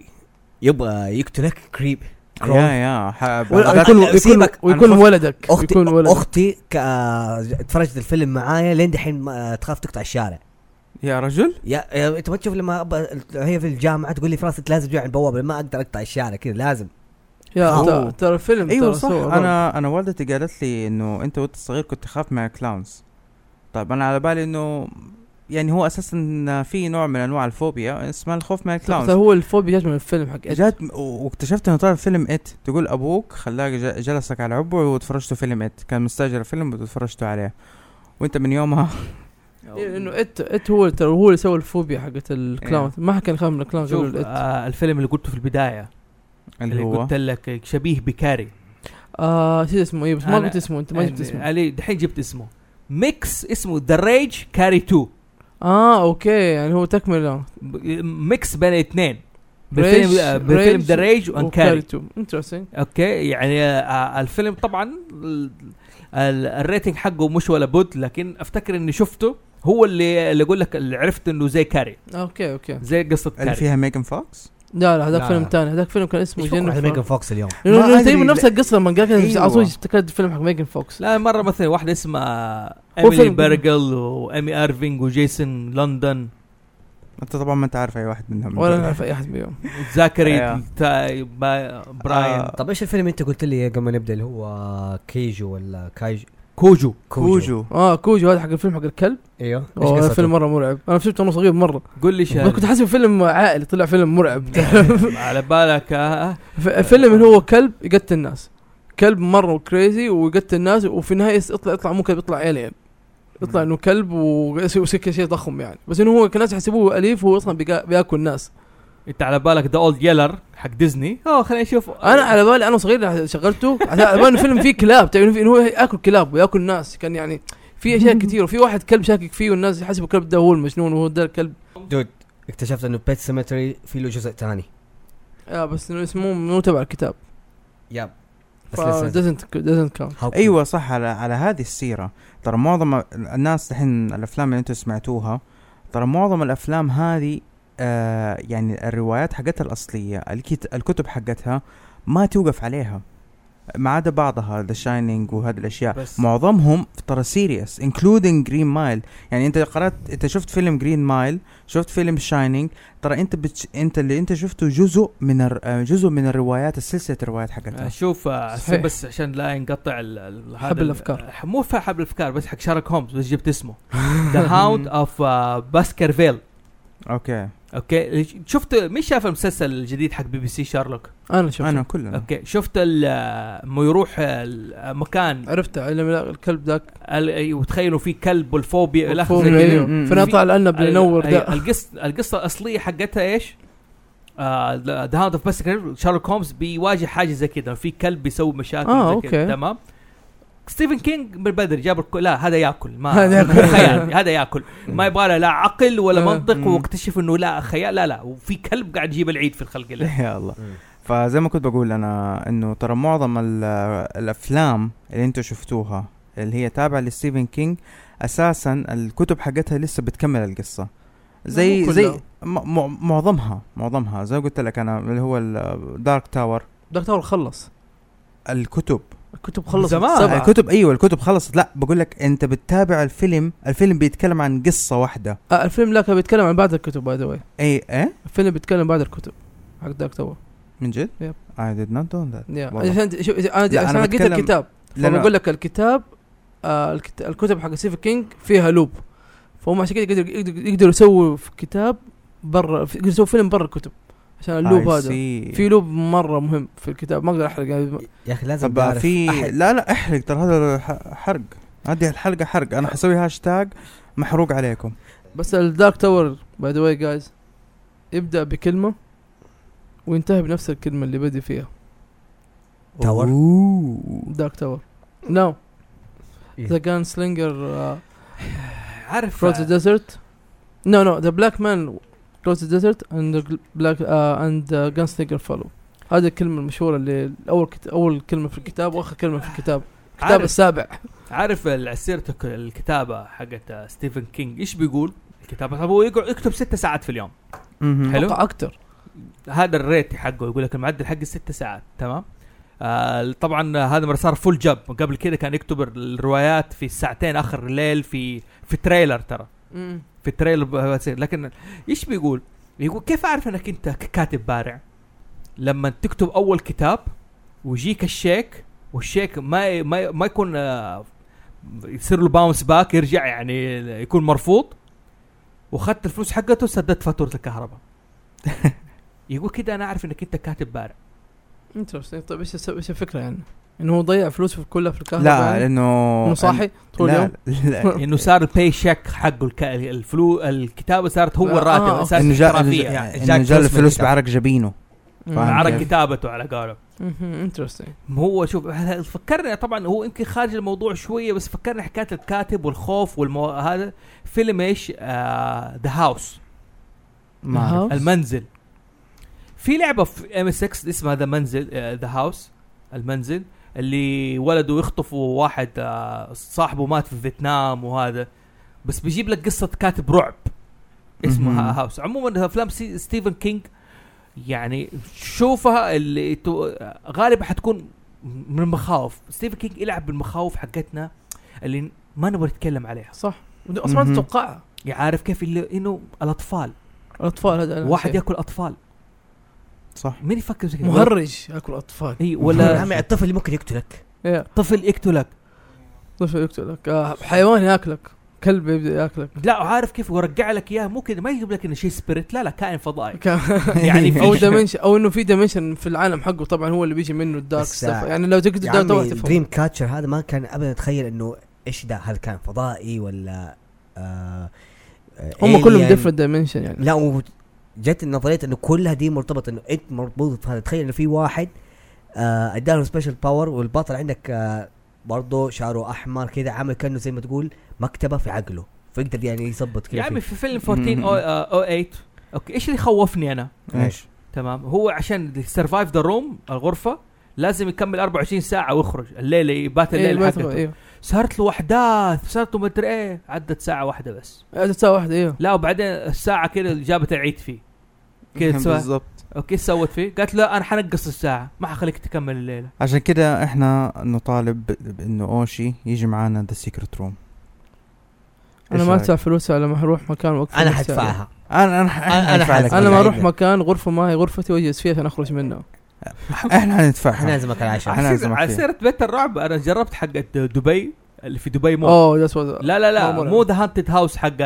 يبغى يقتلك كريب
يا يا ح-
ولا-
بدأت-
يكون
أنا-
يكون
سيبك،
ويكون
أنا
ولدك
اختي
يكون ولدك
اختي ك- آه، اتفرجت الفيلم معايا لين دحين ما- آه، تخاف تقطع الشارع
يا رجل
يا يا- انت ما تشوف لما أبقى هي في الجامعه تقول لي في راسي لازم تجي على البوابه ما اقدر اقطع الشارع كذا لازم
يا
أوه.
ترى- ترى الفيلم
ايوه
ترى
صح
سوى رعب.
انا انا والدتي قالت لي انه انت وانت صغير كنت تخاف من الكلاونز طيب انا على بالي انه يعني هو اساسا في نوع من انواع الفوبيا اسمها الخوف من
ترى
الكلاونز
هو الفوبيا جات من الفيلم حق إد.
جات و- واكتشفت انه طلع فيلم ات تقول ابوك خلاك ج- جلسك على عبه وتفرجتوا فيلم ات كان مستاجر فيلم وتفرجتوا عليه وانت من يومها
إيه، انه ات ات هو ترى هو اللي سوى الفوبيا حقت الكلاون ما كان خاف من الكلاون غير
شوف
الات
آه، الفيلم اللي قلته في البدايه
اللي
اللي
هو
قلت لك شبيه بكاري
آه شو اسمه ايه بس ما
أنا-
قلت اسمه انت ما جبت
يعني
اسمه
علي دحين جبت اسمه ميكس اسمه ذا ريج كاري 2
اه اوكي يعني هو تكمله
ب- ميكس بين الاثنين آه،
Rage-
بالفيلم
Rage
ذا ريج وانكاري
انترستنج
اوكي يعني آه، الفيلم طبعا ال- ال- الريتنج حقه مش ولا بد لكن افتكر اني شفته هو اللي اللي اقول لك اللي عرفت انه زي كاري
اوكي اوكي
زي قصه
اللي
كاري
فيها ميجن فوكس
لا لا هذاك
لا.
فيلم ثاني هذاك فيلم كان اسمه
ايش فكرة
جن
على ميجن فوكس اليوم
ما
لانه
أدري،
تقريبا
لا.
نفس القصه لما قال كذا
أيوة.
على طول افتكرت فيلم حق ميجن فوكس
لا مره مثلا واحده اسمها
هو
ايميلي
فيلم-
بيرجل وايمي ارفينج وجيسون لندن
انت طبعا ما انت عارف اي واحد منهم
ولا نعرف اي احد بيهم
زاكري
آه.
أيوه.
تا- با- براين
آه.
طب ايش الفيلم انت قلت لي قبل ما نبدا اللي هو كيجو ولا كايجو
كوجو
كوجو
اه كوجو هذا حق الفيلم حق الكلب
ايوه ايش
اوه هذا
قصته؟
فيلم مره مرعب انا شفته وانا صغير مره
قول لي
بس كنت
شيء
حاسب فيلم عائلي طلع فيلم مرعب
إيه.
على بالك آه،
ف- فيلم اللي هو كلب يقتل الناس كلب مره كريزي ويقتل الناس وفي النهايه يس- يطلع يطلع مو كلب يطلع الين يطلع انه كلب ويصير شيء ضخم يعني بس انه هو كان الناس يحسبوه اليف وهو اصلا بيقا- بياكل ناس
انت على بالك ذا اولد يلر حق ديزني اوه خليني اشوف
انا
أيوة.
على بالي انا صغير شغلته على بالي فيلم فيه كلاب تعرف انه هو ياكل كلاب وياكل ناس كان يعني في اشياء كثير وفي واحد كلب شاكك فيه والناس يحسبوا الكلب ده هو المجنون وهو ده الكلب
دود اكتشفت انه بيت سيمتري في له جزء ثاني
آه بس انه اسمه مو تبع الكتاب
يب بس لسه
دزنت دزنت كاونت
How could-
ايوه صح على على هذه السيره ترى معظم الناس الحين الافلام اللي انتم سمعتوها ترى معظم الافلام هذه آه يعني الروايات حقتها الاصليه الكت- الكتب حقتها ما توقف عليها ما عدا بعضها ذا شاينينج وهذه الاشياء
بس
معظمهم ترى سيريس انكلودينج جرين مايل يعني انت قرات انت شفت فيلم جرين مايل شفت فيلم شاينينج ترى انت بتش... انت اللي انت شفته جزء من الر... آه، جزء من الروايات السلسله الروايات حقتها
شوف آه، عشان
صحيح.
بس عشان لا ينقطع ال- ال- هذا
حبل
ال-
الأفكار.
آه، مو ف- حبل الافكار بس حق شارك هومز بس جبت اسمه ذا هاوند اوف باسكرفيل
اوكي
اوكي شفت مين شاف المسلسل الجديد حق بي بي سي شارلوك
انا شفت
انا كلنا
اوكي شفت ال- آه، لما يروح آه، ال- آه، مكان
عرفت لما الكلب ذاك
ال- أي- وتخيلوا في كلب والفوبيا لحظة
فوق
زي كده.
أيوه.
مم.
فانا طالع العنب اللي ينور
ال-
ده
أي- القصه القصه الاصليه حقتها آه، ايش؟ ذا هاوند اوف باسكرفيل شارلوك هومز بيواجه حاجه زي كذا في كلب بيسوي مشاكل
آه،
زي كده،
أوكي.
تمام ستيفن كينج من بدري جاب الكل لا هذا ياكل ما
هذا ياكل.
خيال هذا ياكل ما يبغى له لا عقل ولا
آه.
منطق
مم.
واكتشف انه لا خيال لا لا وفي كلب قاعد يجيب العيد في الخلق الله
يا الله
مم.
فزي ما كنت بقول انا انه ترى معظم ال- الافلام اللي انتم شفتوها اللي هي تابعه لستيفن كينج اساسا الكتب حقتها لسه بتكمل القصه
مو
زي
كلها.
زي م- م- معظمها معظمها زي ما قلت لك انا اللي هو الدارك تاور
دكتور خلص
الكتب
الكتب خلصت
زمان.
سبعة
الكتب ايوه الكتب خلصت لا بقول لك انت بتتابع الفيلم الفيلم بيتكلم عن قصه واحده
آه الفيلم لا كان بيتكلم عن بعد الكتب باي ذا واي
اي ايه
الفيلم بيتكلم بعد الكتب حق دكتور
من جد؟
يب.
I did not know that
yeah.
والله.
عشان شوف انا
لا،
عشان
أنا
قلت
بتكلم-
الكتاب
لأنه-
فبقول لك الكتاب آه الكت- الكتب حق ستيفن كينج فيها لوب فهم عشان كده يقدروا يقدروا يقدروا يسووا في كتاب برا يقدروا يسووا فيلم برا الكتب عشان اللوب
I
هذا
see.
في لوب مره مهم في الكتاب ما اقدر احرق يعني
يا اخي لازم
طب
تعرف
في
أحد-
لا لا احرق ترى هذا ح- حرق هذه الحلقه حرق انا حسوي هاشتاج محروق عليكم
بس الدارك تاور باي ذا واي جايز يبدا بكلمه وينتهي بنفس الكلمه اللي بدي فيها
تاور؟
أوه.
دارك تاور نو
إيه.
ذا جان سلينجر
عارف
كروس ذا ديزرت نو نو ذا بلاك مان كروس ذا ديزرت اند بلاك اند جان سلينجر فولو هذه الكلمه المشهوره اللي اول كت... اول كلمه في الكتاب واخر كلمه في الكتاب الكتاب
عارف.
السابع
عارف ال- سيرة الك- الكتابة حقت آه، ستيفن كينج ايش بيقول؟ الكتابة طب هو يقعد يكتب ست ساعات في اليوم
مهم.
حلو.
اتوقع اكثر
هذا الريت حقه يقول لك المعدل حقي ست ساعات تمام آه طبعا هذا مرة صار فول جاب قبل كده كان يكتب الروايات في الساعتين اخر الليل في في تريلر ترى في التريلر ب- بتصير. لكن ايش بيقول؟ يقول كيف اعرف انك انت ك- كاتب بارع؟ لما تكتب اول كتاب ويجيك الشيك والشيك ما ي- ما ي- ما يكون آه، يصير له باونس باك يرجع يعني يكون مرفوض واخذت الفلوس حقته سددت فاتوره الكهرباء يقول كده انا اعرف انك انت كاتب بارع
انترستنج طيب ايش الس- ايش الفكره يعني؟ انه هو ضيع فلوسه كلها في الكهرباء
لا
يعني؟
لانه
انه صاحي طول
لا
اليوم
لا
انه صار الباي شيك حقه الك... الفلو الكتابه صارت هو
آه،
الراتب
أوكي.
اساسا
انه جاء
احترافيه
إنه
جاك
جاء جاء
فلوس من
الفلوس
الكتاب.
بعرق جبينه فاهم
على
كيف؟
يعني.
كتابته على قوله
انترستنج
هو شوف هل- فكرني طبعا هو يمكن خارج الموضوع شويه بس فكرني حكايه الكاتب والخوف والمو... هذا فيلم آه، ايش ذا هاوس
ما أعرف.
المنزل في لعبه في ام اس اكس اسمها ذا منزل ذا هاوس المنزل اللي ولده يخطفوا واحد آه، صاحبه مات في فيتنام وهذا بس بيجيب لك قصه كاتب رعب اسمها
مهم.
هاوس عموما افلام سي- ستيفن كينج يعني شوفها اللي تو- غالبا حتكون من المخاوف ستيفن كينج يلعب بالمخاوف حقتنا اللي ما نبغى نتكلم عليها
صح ودي اصلا ما
مهم.
تتوقعها
يعرف كيف اللي انه الاطفال
الاطفال هذا أنا
واحد
شايف.
ياكل اطفال
صح
مين يفكر زي كده؟
مهرج ياكل اطفال
اي
يا
إيه، ولا
عمي الطفل اللي ممكن يقتلك
يا
طفل يقتلك
طفل يقتلك آه، حيوان ياكلك كلب يبدا ياكلك
لا عارف كيف ورجع لك اياه مو كذا ما يجيب لك انه شيء سبيريت لا لا كائن فضائي
ك-
يعني في-
او دايمنشن او انه في دايمنشن في العالم حقه طبعا هو اللي بيجي منه الدارك
بس،
ستاف
آه،
يعني لو تقدر
يا
دارك طبعا
عمي
تفهم
دريم كاتشر هذا ما كان ابدا اتخيل انه ايش ده هل كان فضائي ولا آه آه،
هم كلهم
alien؟
ديفرنت دايمنشن يعني
لا و... جت نظريه انه كلها دي مرتبطه انه انت مربوط في هذا تخيل انه في واحد آه اداله سبيشال باور والبطل عندك آه برضه شعره احمر كذا عامل كانه زي ما تقول مكتبه في عقله فيقدر يعني يظبط
يا
كذا
عمي
فيه.
في فيلم 14 او آه، أو 8 اوكي ايش اللي خوفني انا؟
ايش
تمام هو عشان سرفايف ذا روم الغرفه لازم يكمل 24 ساعه ويخرج الليله يبات
إيه،
الليل
ما تبغى-
حقته
ايوه
صارت له احداث صارت له مدري ايه عدت ساعه واحده بس
تساوي واحده ايوه
لا وبعدين الساعه كذا جابت العيد فيه كذا سوا.
بالضبط
اوكي ايش سوت فيه؟ قالت لا انا حنقص الساعه ما حخليك تكمل الليله
عشان كده احنا نطالب ب- بانه اوشي يجي معانا ذا سيكرت روم
انا ما ادفع فلوس على ما اروح مكان واكثر
انا
من ساعة.
حدفعها
انا انا ح-
أنا- أنا
إحنا حندفع لك.
حدفع.
انا ما اروح
عندنا.
مكان غرفه ما هي غرفتي واجلس فيها عشان اخرج منها
احنا
احنا
حندفعها
لازمك العشاء
أنا
على
لازم
سيرة- على
أحكي.
سيره بيت الرعب انا جربت حق دبي اللي في دبي مول
اوه ذاتس وات
لا لا لا
مول مرعب.
مو ذا هانتد هاوس حق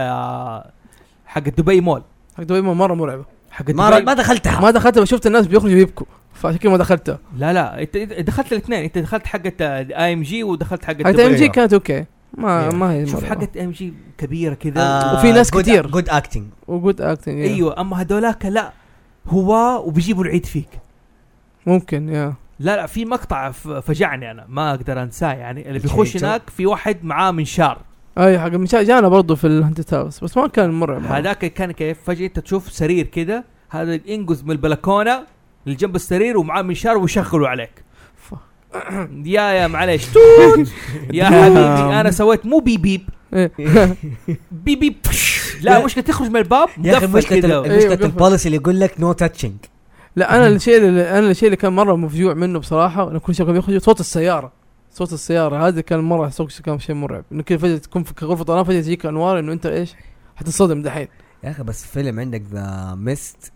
حق دبي مول
حق دبي مره مرعبه
حق
ما
دبي
ما دخلتها
ما دخلتها بس شفت الناس بيخرجوا يبكوا فعشان كذا ما دخلتها
لا لا انت إنت دخلت الاثنين انت دخلت حقت اي ام جي ودخلت حقت
حتى
دبي.
ام جي كانت اوكي ما
Yeah.
ما هي آه.
شوف
مرعبة.
حقت ام جي كبيره كذا
آه،
وفي ناس كتير.
جود اكتنج
وجود اكتنج ايوه
ايوه اما هذولاك لا هو وبيجيبوا العيد فيك
ممكن يا
لا لا في مقطع ف- فجعني انا ما اقدر انساه يعني اللي بيخش
الكريتر.
هناك في واحد معاه منشار
اي حق مشا جانا برضو في الهنتد هاوس بس ما كان مرعب
نعم.
هذاك كان كيف فجاه انت تشوف سرير كذا هذا ينقز من البلكونه لجنب السرير ومعاه منشار ويشغلوا عليك
ف-
يا يا معليش توت يا
نعم.
حبيبي انا سويت مو بيب بيب
إيه.
بيب بيب بش. لا مشكله تخرج من الباب
يا اخي
مقفل
مشكله
كذا
أيوة،
مشكله
قفل.
البوليسي اللي يقول لك نو تاتشنج
لا انا الشيء اللي انا الشيء اللي كان مره مفجوع منه بصراحه انا كل شيء كان يخرج صوت السياره صوت السياره هذا كان مره صوت كان شيء مرعب انه كذا فجاه تكون في غرفه طنان فجاه تجيك انوار انه انت ايش حتنصدم دحين
يا اخي بس فيلم عندك ذا ميست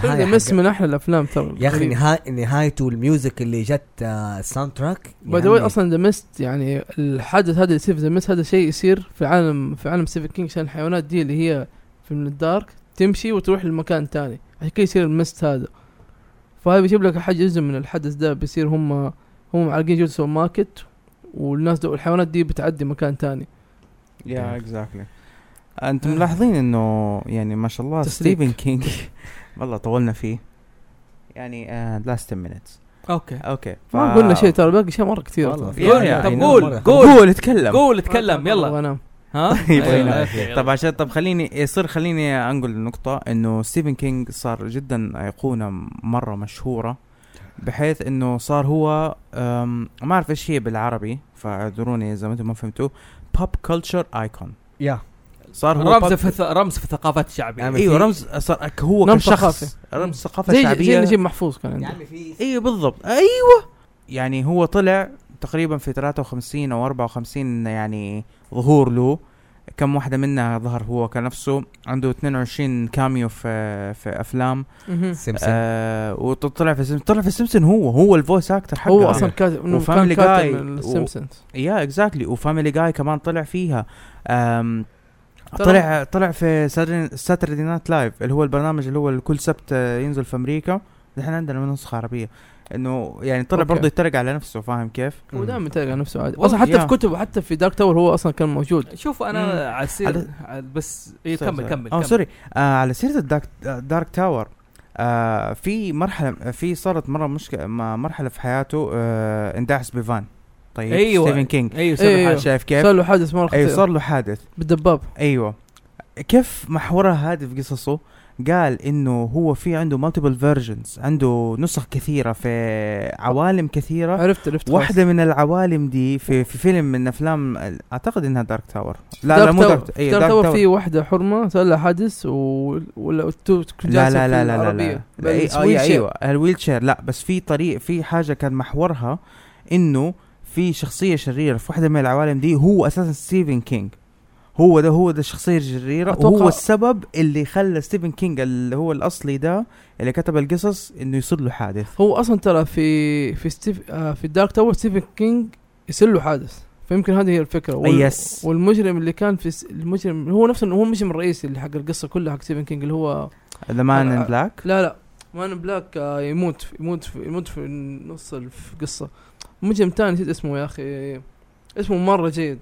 هذا مس من احلى الافلام ترى
يا اخي
غريب.
نهاية نهايته الميوزك اللي جت آه، الساوند تراك
باي ذا واي اصلا ذا ميست يعني الحدث هذا اللي يصير في ذا ميست هذا شيء يصير في عالم في عالم سيفن كينج عشان الحيوانات دي اللي هي في من الدارك تمشي وتروح لمكان تاني عشان كذا يصير الميست هذا فهذا بيجيب لك حاجة جزء من الحدث ده بيصير هم هم عالقين جزء سوبر ماركت والناس دول الحيوانات دي بتعدي مكان تاني
يا اكزاكتلي
آه.
انتم ملاحظين انه يعني ما شاء الله
تسليك.
ستيفن كينج والله طولنا فيه يعني لاست 10 minutes
اوكي
اوكي
ما
ف-
قلنا شيء ترى باقي شيء مرة كثير
والله.
ترى.
يا-
يا-
طب
يا-
قول قول
قول اتكلم
قول اتكلم يلا
وأنام.
ها
يبغى
أيوة،
ينام.
أوكي، يلا.
إيه، طيب، نعم. طب عشان طب خليني يصير خليني انقل النقطة انه ستيفن كينج صار جدا ايقونة مرة مشهورة بحيث انه صار هو أم، ما اعرف ايش هي بالعربي فاعذروني اذا ما انتم ما فهمتوه بوب كلتشر ايكون
يا
صار هو
رمز
pop-
في رمز في أيوه، الثقافات الشعبية
يعني
ايوه رمز صار ك- هو
رمز
كشخص
ثقافي.
رمز ثقافة
زي زي
شعبية
نجيب محفوظ كان عنده
في
ايوه بالضبط ايوه يعني هو طلع تقريبا في 53 او 54 يعني ظهور له كم واحدة منها ظهر هو كنفسه عنده 22 كاميو في في افلام
مهم.
سمسم
آه وطلع في سمسن طلع في سمسن هو هو الفويس اكتر حقه
هو اصلا كاتب إنه كان
وفاميلي
كاتب
جاي
من
و-
السيمبسونز
يا اكزاكتلي وفاميلي جاي كمان طلع فيها آم
ترى-
طلع طلع في ساتردي نايت لايف اللي هو البرنامج اللي هو كل سبت آه، ينزل في امريكا نحن عندنا منه نسخه عربيه انه يعني طلع
أوكي.
برضه يتريق على نفسه فاهم كيف؟
هو دائما يتريق على نفسه عادي
والله
اصلا حتى
يا.
في كتبه حتى في دارك تاور هو اصلا كان موجود
شوف انا على السير
على-
على- بس إيه،
سوري،
كمل
سوري.
كمل
اه
كمل.
سوري آه على سيره الدارك دارك تاور آه في مرحله في صارت مره مشكله مرحله في حياته آه اندعس بفان طيب
أيوة.
ستيفن كينج
ايوه
إيه.
سوري
أيوه.
شايف كيف؟
صار له حادث مره
ايوه
خطير
صار له حادث
بالدباب
ايوه كيف محورها هذا في قصصه قال انه هو في عنده مالتيبل فيرجنز عنده نسخ كثيره في عوالم كثيره
عرفت عرفت
واحده من العوالم دي في, في فيلم من افلام اعتقد انها دارك تاور لا
دارك
لا مو إيه،
تاور-
دارك اي
دارك
دارك
تاور
تاور
في واحده حرمه صار لها حادث و- ولا والتو- تكون
لا لا لا
جالسة في
لا إيه، لا
العربية
لا لا أي-
بالسويل
أي-
شير.
ايوه الويل شير لا بس في طريق في حاجه كان محورها انه في شخصيه شريره في واحده من العوالم دي هو اساسا ستيفن كينج هو ده هو ده الشخصيه الشريره
أتوقع-
وهو السبب اللي خلى ستيفن كينج اللي هو الاصلي ده اللي كتب القصص انه يصير له حادث
هو اصلا ترى في في ستيف آه في دارك تاور ستيفن كينج يصير له حادث فيمكن هذه هي الفكره وال
آه، يس
والمجرم اللي كان في س- المجرم هو نفسه هو المجرم الرئيسي اللي حق القصه كلها حق ستيفن كينج اللي هو
ذا مان ان
آه،
بلاك
لا لا مان بلاك آه يموت يموت في يموت في نص القصه مجرم تاني نسيت اسمه يا اخي اسمه مره جيد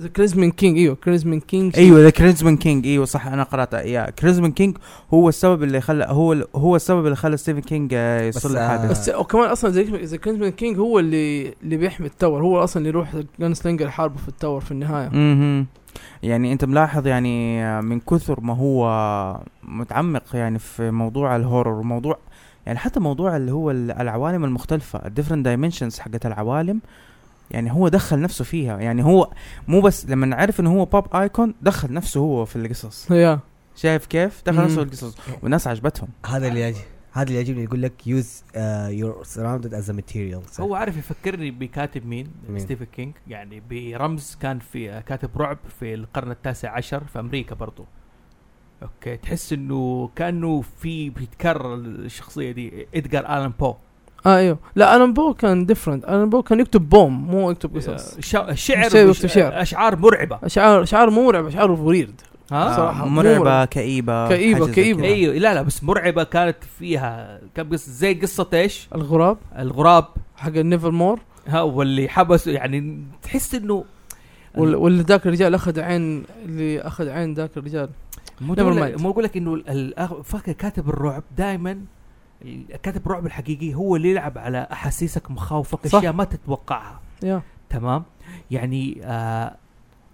ذا كريزمن كينج ايوه كريزمن كينج
ايوه ذا كريزمن كينج ايوه صح انا قراتها يا كريزمن كينج هو السبب اللي خلى هو ال- هو السبب اللي خلى ستيفن كينج آه، يصير
بس،
له
آه،
حادث
بس وكمان اصلا ذا كريزمن كينج هو اللي اللي بيحمي التاور هو اصلا اللي يروح جان سلينجر يحاربه في التاور في النهايه
مهم. يعني انت ملاحظ يعني من كثر ما هو متعمق يعني في موضوع الهورر وموضوع يعني حتى موضوع اللي هو ال- العوالم المختلفة الديفرنت دايمنشنز حقت العوالم يعني هو دخل نفسه فيها يعني هو مو بس لما عرف انه هو بوب ايكون دخل نفسه هو في القصص
يا
شايف كيف دخل
مم.
نفسه في القصص والناس عجبتهم
هذا اللي يعجب هذا اللي يعجبني يقول لك آه، يوز يور سراوندد از ماتيريال
هو عارف يفكرني بكاتب مين,
مين؟
ستيفن كينج يعني برمز كان في كاتب رعب في القرن التاسع عشر في امريكا برضو اوكي تحس انه كانه في بيتكرر الشخصيه دي ادجار الان بو
اه ايوه لا الان بو كان ديفرنت الان بو كان يكتب بوم مو يكتب قصص
آه، شع- شعر
شعر
وش-
وشعر.
اشعار مرعبه
اشعار اشعار مو مرعب اشعار ويرد
ها
صراحة،
آه،
مو
مرعبة
مرعبة.
كئيبة
كئيبة،
حاجة زي
كئيبة.
كده.
ايوه لا لا بس مرعبه كانت فيها كان قص زي قصه ايش؟
الغراب
الغراب
حق النيفر مور
ها واللي حبسوا يعني تحس انه
وال- واللي ذاك الرجال اخذ عين اللي اخذ عين ذاك الرجال
مو
Never
دولة-
mind.
مو اقول لك انه ال- الأغ- فاكر كاتب الرعب دائما كاتب الرعب الحقيقي هو اللي يلعب على احاسيسك مخاوفك
صح.
اشياء ما تتوقعها
يا
تمام يعني آه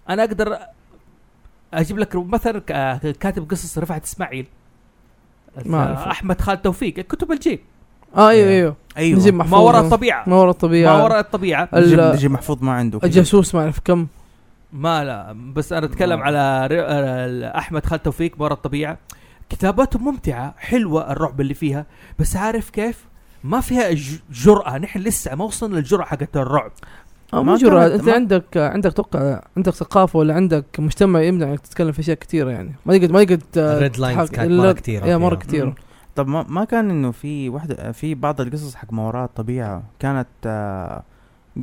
انا اقدر اجيب لك مثلا ك- كاتب قصص رفعت اسماعيل
ما أعرفه.
آه، احمد خالد توفيق كتب الجيب
اه ايوه
Yeah.
ايوه
ايوه
نجيب
نجيب
ما
محفوظ
وراء الطبيعه
ما وراء الطبيعه
ما وراء الطبيعه
ال-
نجيب محفوظ ما عنده كده.
الجاسوس ما اعرف كم
ما لا بس انا اتكلم
ما-
على ر- آه، احمد خالد توفيق برا الطبيعه كتاباته ممتعه حلوه الرعب اللي فيها بس عارف كيف ما فيها ج- جرأة نحن لسه ما وصلنا للجرأة حقت الرعب
آه
ما
مو جرأة
كانت-
انت
ما-
عندك عندك توقع عندك ثقافه ولا عندك مجتمع يمنع انك تتكلم في اشياء كثيره يعني ما يقدر ما يقدر آه،
الريد لاينز
تحاك-
كانت
إلا-
مره كثيره
يا مره
فيها.
كثيره
طب ما ما كان انه في واحدة في بعض القصص حق ما وراء الطبيعة كانت آه،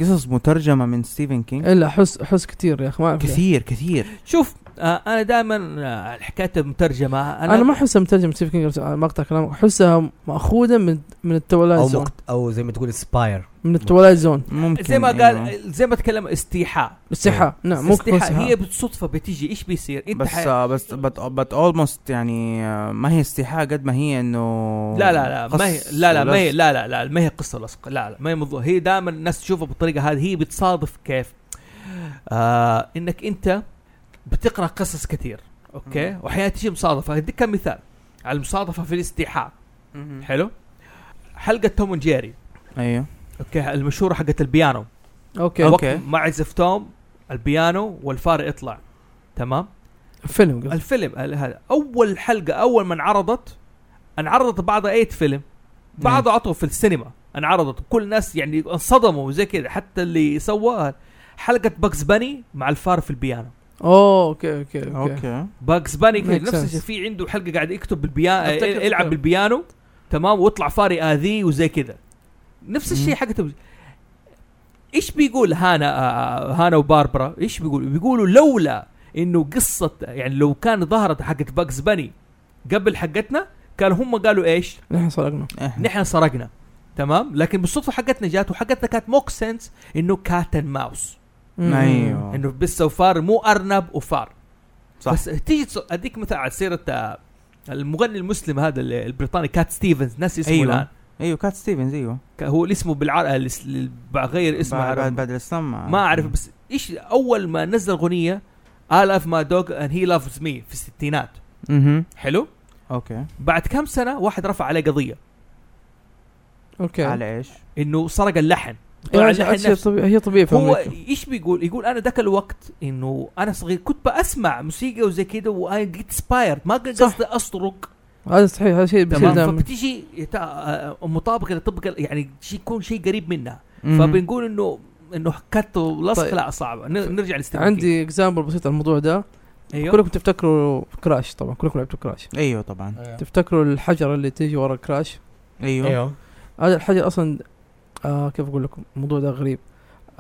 قصص مترجمة من ستيفن
إيه،
كينج
الا حس حس كثير يا اخي ما اعرف ليه.
كثير كثير
شوف آه انا دائما حكايه المترجمه
انا ما احسها مترجم ستيف كينج على مقطع كلامك احسها ماخوذه من من التولايت
او
زون
مقت... او زي ما تقول انسباير
من التولايت زون
ممكن
زي ما
أيوة.
قال زي ما تكلم استيحاء
الاستيحاء نعم مو
استيحاء
استيحاء
هي بالصدفه بتيجي ايش بيصير انت
بس
حي...
آه، بس بت بت اولموست يعني آه، ما هي استيحاء قد ما هي انه
لا لا لا ما هي
قص
لا لا ما هي
ولص.
لا لا لا ما هي قصه لصق لا لا ما هي موضوع هي دائما الناس تشوفها بالطريقه هذه هي بتصادف كيف آه انك انت بتقرا قصص كثير اوكي
مم.
واحيانا تجي مصادفه هديك كم مثال على المصادفه في الاستيحاء
مهم.
حلو حلقه توم وجيري
ايوه
اوكي المشهوره حقت البيانو
اوكي
وقت
أوكي.
ما عزف توم البيانو والفار يطلع تمام
فيلم قصدي.
الفيلم ال- هذا اول حلقه اول ما انعرضت انعرضت بعضها ايت فيلم بعضه عطوه في السينما انعرضت كل الناس يعني انصدموا وزي كذا حتى اللي سواها حلقه باكس باني مع الفار في البيانو
اوه اوكي اوكي اوكي
اوكي
باكس باني كذا
Makes
نفس
sense.
الشيء في عنده حلقه قاعد يكتب بالبيانو
أفتكر-
يلعب
أفتكر.
بالبيانو تمام ويطلع فار ياذيه وزي كذا نفس الشيء
مم.
حقته ايش بيقول هانا آه، هانا وباربرا ايش بيقولوا بيقولوا لولا انه قصه يعني لو كان ظهرت حقت باكس باني قبل حقتنا كان هم قالوا ايش
نحن سرقنا
إحنا-
نحن سرقنا تمام لكن بالصدفه حقتنا جات وحقتنا كانت موك سنس انه كاتن ماوس
مم. آه.
ايوه
انه بس وفار مو ارنب وفار صح
صح.
بس تيجي تص- اديك مثال على سيره آه، المغني المسلم هذا ال- البريطاني كات ستيفنز ناسي اسمه
أيوة.
أيوة. الان
ايوه كات ستيفنز ايوه
ك- هو اللي اسمه بالعربي غير اسمه
بعد بعد,
عربي.
بعد الاسلام
ما اعرف بس ايش اول ما نزل اغنيه الاف ما دوغ اند هي لافز مي في الستينات
اها
حلو
اوكي
بعد كم سنه واحد رفع عليه قضيه
اوكي
على ايش؟
انه سرق اللحن يعني طلع
إيه،
اللحن
يعني هي
نفسه.
طبيعي هي طبيعي في
هو
أمريكا.
ايش بيقول؟ يقول انا ذاك الوقت انه انا صغير كنت بسمع موسيقى وزي كده واي جيت سبايرد ما كان
صح.
قصدي اسرق
هذا صحيح هذا شيء بيصير
تمام
دائما
فبتيجي تا- آه، مطابقه لطبق يعني شي- يكون شيء قريب منها
مهم.
فبنقول انه انه كت ولصق
طيب.
لا صعبه ن- نرجع لستيفن
عندي اكزامبل بسيط على الموضوع ده
كينج. ايوه
كلكم تفتكروا كراش طبعا كلكم لعبتوا كراش
ايوه طبعا
أيوه. تفتكروا الحجره اللي تيجي ورا كراش
ايوه
أيوه.
ايوه
هذا الحجر اصلا آه كيف اقول لكم الموضوع ده غريب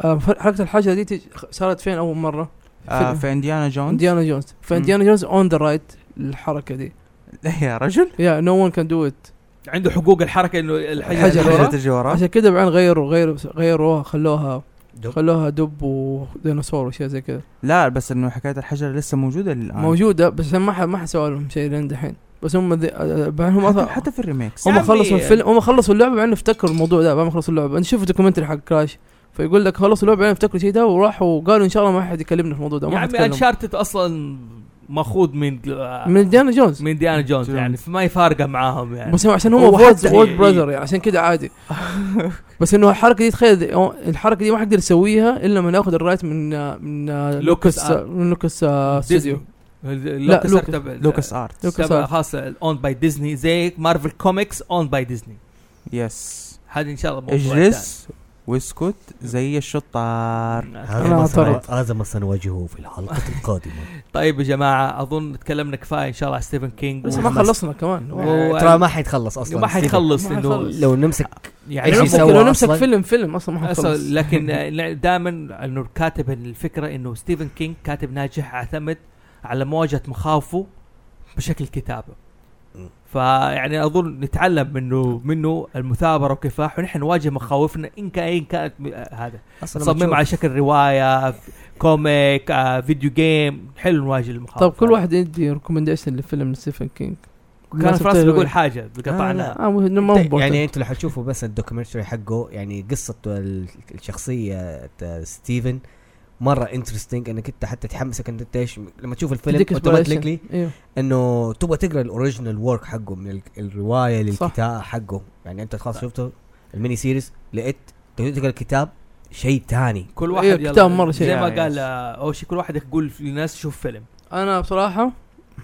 آه ف- حركه الحجره دي تيجي- خ- صارت فين اول مره؟
آه، في انديانا جونز
انديانا جونز فانديانا جونز اون ذا رايت الحركه دي
يا رجل
يا نو ون كان دو ات
عنده حقوق الحركه انه الحجر
الحجر
اللي
ورا.
ورا.
تجي وراه
عشان كذا بعدين غيروا غيروا غيروها خلوها خلوها دب وديناصور وشيء زي كذا
لا بس انه حكايه الحجر لسه موجوده للان
موجوده بس عشان ما ح- ما حسوا لهم شيء لين دحين بس هم ذي آه، بعدين هم
حتى,
أصلاً-
حتى في الريميكس
يا
هم
عمي.
خلصوا الفيلم هم خلصوا اللعبه بعدين افتكروا الموضوع ده بعد ما خلصوا اللعبه انا شفت دوكيومنتري حق كراش فيقول لك خلصوا اللعبه بعدين افتكروا شيء ده وراحوا قالوا ان شاء الله ما حد يكلمنا في الموضوع ده
يا
ما
عمي
حد
انشارتد اصلا ماخوذ من
من ديانا جونز
من ديانا جونز
جونز.
يعني فما يفارقه معاهم يعني
بس هو عشان هو
هو
فورد
حتى-
وورد براذر يعني عشان كده عادي بس انه الحركه دي تخيل هو- الحركه دي ما حقدر يسويها الا لما ناخذ الرايت من من
لوكس
لوكس
آرت.
من لوكس آه، ستوديو
لا
لوكس-
لوكاس ارت
لوكاس آرت.
خاص اون باي ديزني زي مارفل كوميكس اون باي ديزني
يس
هذه ان شاء الله موضوع تاني.
اجلس واسكت زي الشطار
هذا
نعم.
أنا
ما
اعترض.
سن- هذا ما سنواجهه في الحلقه القادمه
طيب يا جماعه اظن تكلمنا كفايه ان شاء الله على ستيفن كينج
لسه ما
وما-
خلصنا كمان يعني
و-
ترى ما حيتخلص اصلا
ما حيخلص
ما
لانه
حيخلص.
لو نمسك
يعني
إيش
يعني
ممكن-
يسوي
لو نمسك
أصلاً؟
فيلم فيلم اصلا ما
أصل
حنخلص
لكن دائما انه كاتب الفكره انه ستيفن كينج كاتب ناجح اعتمد على مواجهه مخاوفه بشكل كتابه
مم.
فيعني اظن نتعلم منه منه المثابره وكفاح ونحن نواجه مخاوفنا ان كان إن كانت م- هذا
أصلاً ما
نصممها على شكل روايه ف- كوميك آه، فيديو جيم حلو نواجه المخاوف
طب طيب، كل واحد يدي ريكومنديشن لفيلم من ستيفن كينج
كان في راسي بقول
بيقول
حاجه
لا.
قطعناها
اه مو- ما
تشوف.
هو
يعني
يعني
انتوا لو حتشوفوا بس الدوكيومنتري حقه يعني قصه ال- الشخصيه ت- ستيفن مره انترستنج انك انت حتى تحمسك انك انت ايش لما تشوف الفيلم اوتوماتيكلي
ايوه
انه تبغى تقرا الاوريجينال ورك حقه من ال- الروايه
صح.
للكتاب حقه يعني انت خلاص شفته الميني سيريز لقيت تبغى تقرا الكتاب شيء تاني
كل واحد
إيه،
يلا-
كتاب مرة شيء.
زي ما
يعني.
قال آه، اول شيء كل واحد يقول للناس شوف فيلم
انا بصراحه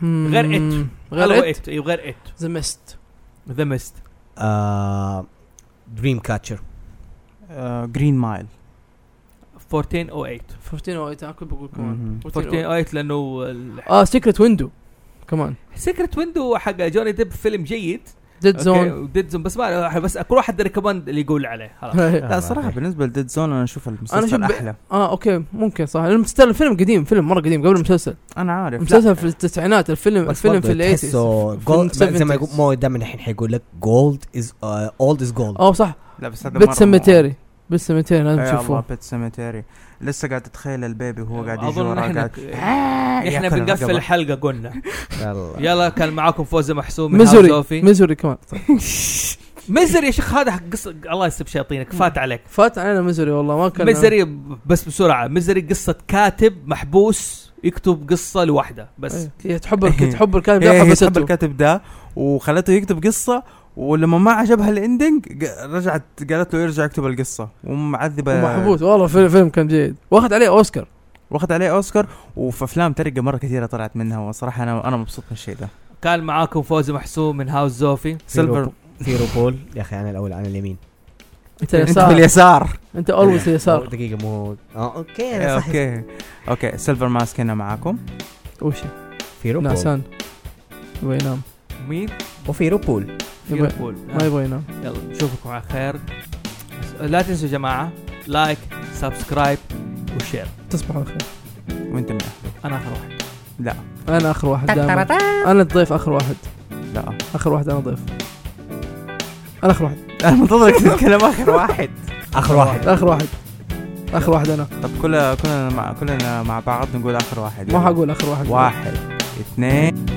مم،
غير إت.
hmm، غير ات
ايوه غير ات
ذا ميست
ذا ميست
آه، دريم كاتشر
آه، جرين مايل
1408
1408 انا كنت بقول
مهم.
كمان 1408.
1408 لانه oh ال-
اه سيكريت ويندو كمان
سيكرت ويندو حق جوني ديب فيلم جيد
ديد زون
ديد زون بس ما بس كل واحد ريكومند اللي يقول عليه خلاص
لا صراحه بالنسبه لديد زون انا اشوف المسلسل
أنا أشوف ب-
احلى
اه اوكي ممكن صح المسلسل الفيلم قديم فيلم مره قديم قبل المسلسل
انا عارف لا
المسلسل في التسعينات الفيلم الفيلم في الايتيز
جولد زي ما يقول مو دائما الحين حيقول لك آه، جولد از اولد از جولد
اه صح
لا بس هذا
بيت سيمتيري بيت سيمتيري لازم
تشوفوه
تشوفوه
بيت سيمتيري لسه قاعد اتخيل البيبي وهو قاعد يجي
اظن
وراه
نحن
قاعد
احنا
ياكل
بنقفل
الرقبة.
الحلقه قلنا يلا كان معاكم فوزي محسوم من هاوس
ميزوري
اوفي
ميزوري كمان
ميزري يا شيخ هذا حق قصه الله يسب شياطينك فات عليك
فات علينا ميزوري والله ما كان
ميزري بس بسرعه ميزري قصه كاتب محبوس يكتب قصه لوحده بس
إيه. هي تحب الك- تحب الكاتب
إيه، هي هي
ده
تحب
حبسته
الكاتب ده وخلته يكتب قصه ولما ما عجبها الاندنج ق- رجعت قالت له يرجع يكتب القصه ومعذبه
محبوس والله فيلم فيلم كان جيد واخذ عليه اوسكار
واخذ عليه اوسكار وفي افلام ترقه مره كثيره طلعت منها وصراحه انا انا مبسوط من الشيء ده
كان معاكم فوزي محسوم من هاوس زوفي
سيلفر
سيرو بول يا اخي انا الاول انا اليمين
انت
انت باليسار
انت اولويز يسار
دقيقه مو اه اوكي
إيه،
انا صح
اوكي اوكي سيلفر ماسك هنا معاكم
وش
فيرو بول
نعسان يبغى ينام
مين؟
وفيرو بول
يبغى-
ليفربول
ما يبغى ينام
يلا نشوفكم على خير لا تنسوا يا جماعه لايك سبسكرايب وشير
تصبحوا بخير
وانت من
انا اخر واحد
لا
انا اخر واحد دائما انا الضيف اخر واحد
لا
اخر واحد انا ضيف انا اخر واحد
انا منتظرك تتكلم اخر واحد
اخر واحد
اخر واحد اخر واحد انا
طب كلنا كلنا مع كلنا مع بعض نقول اخر واحد
ما
يلا.
حقول اخر واحد
واحد اثنين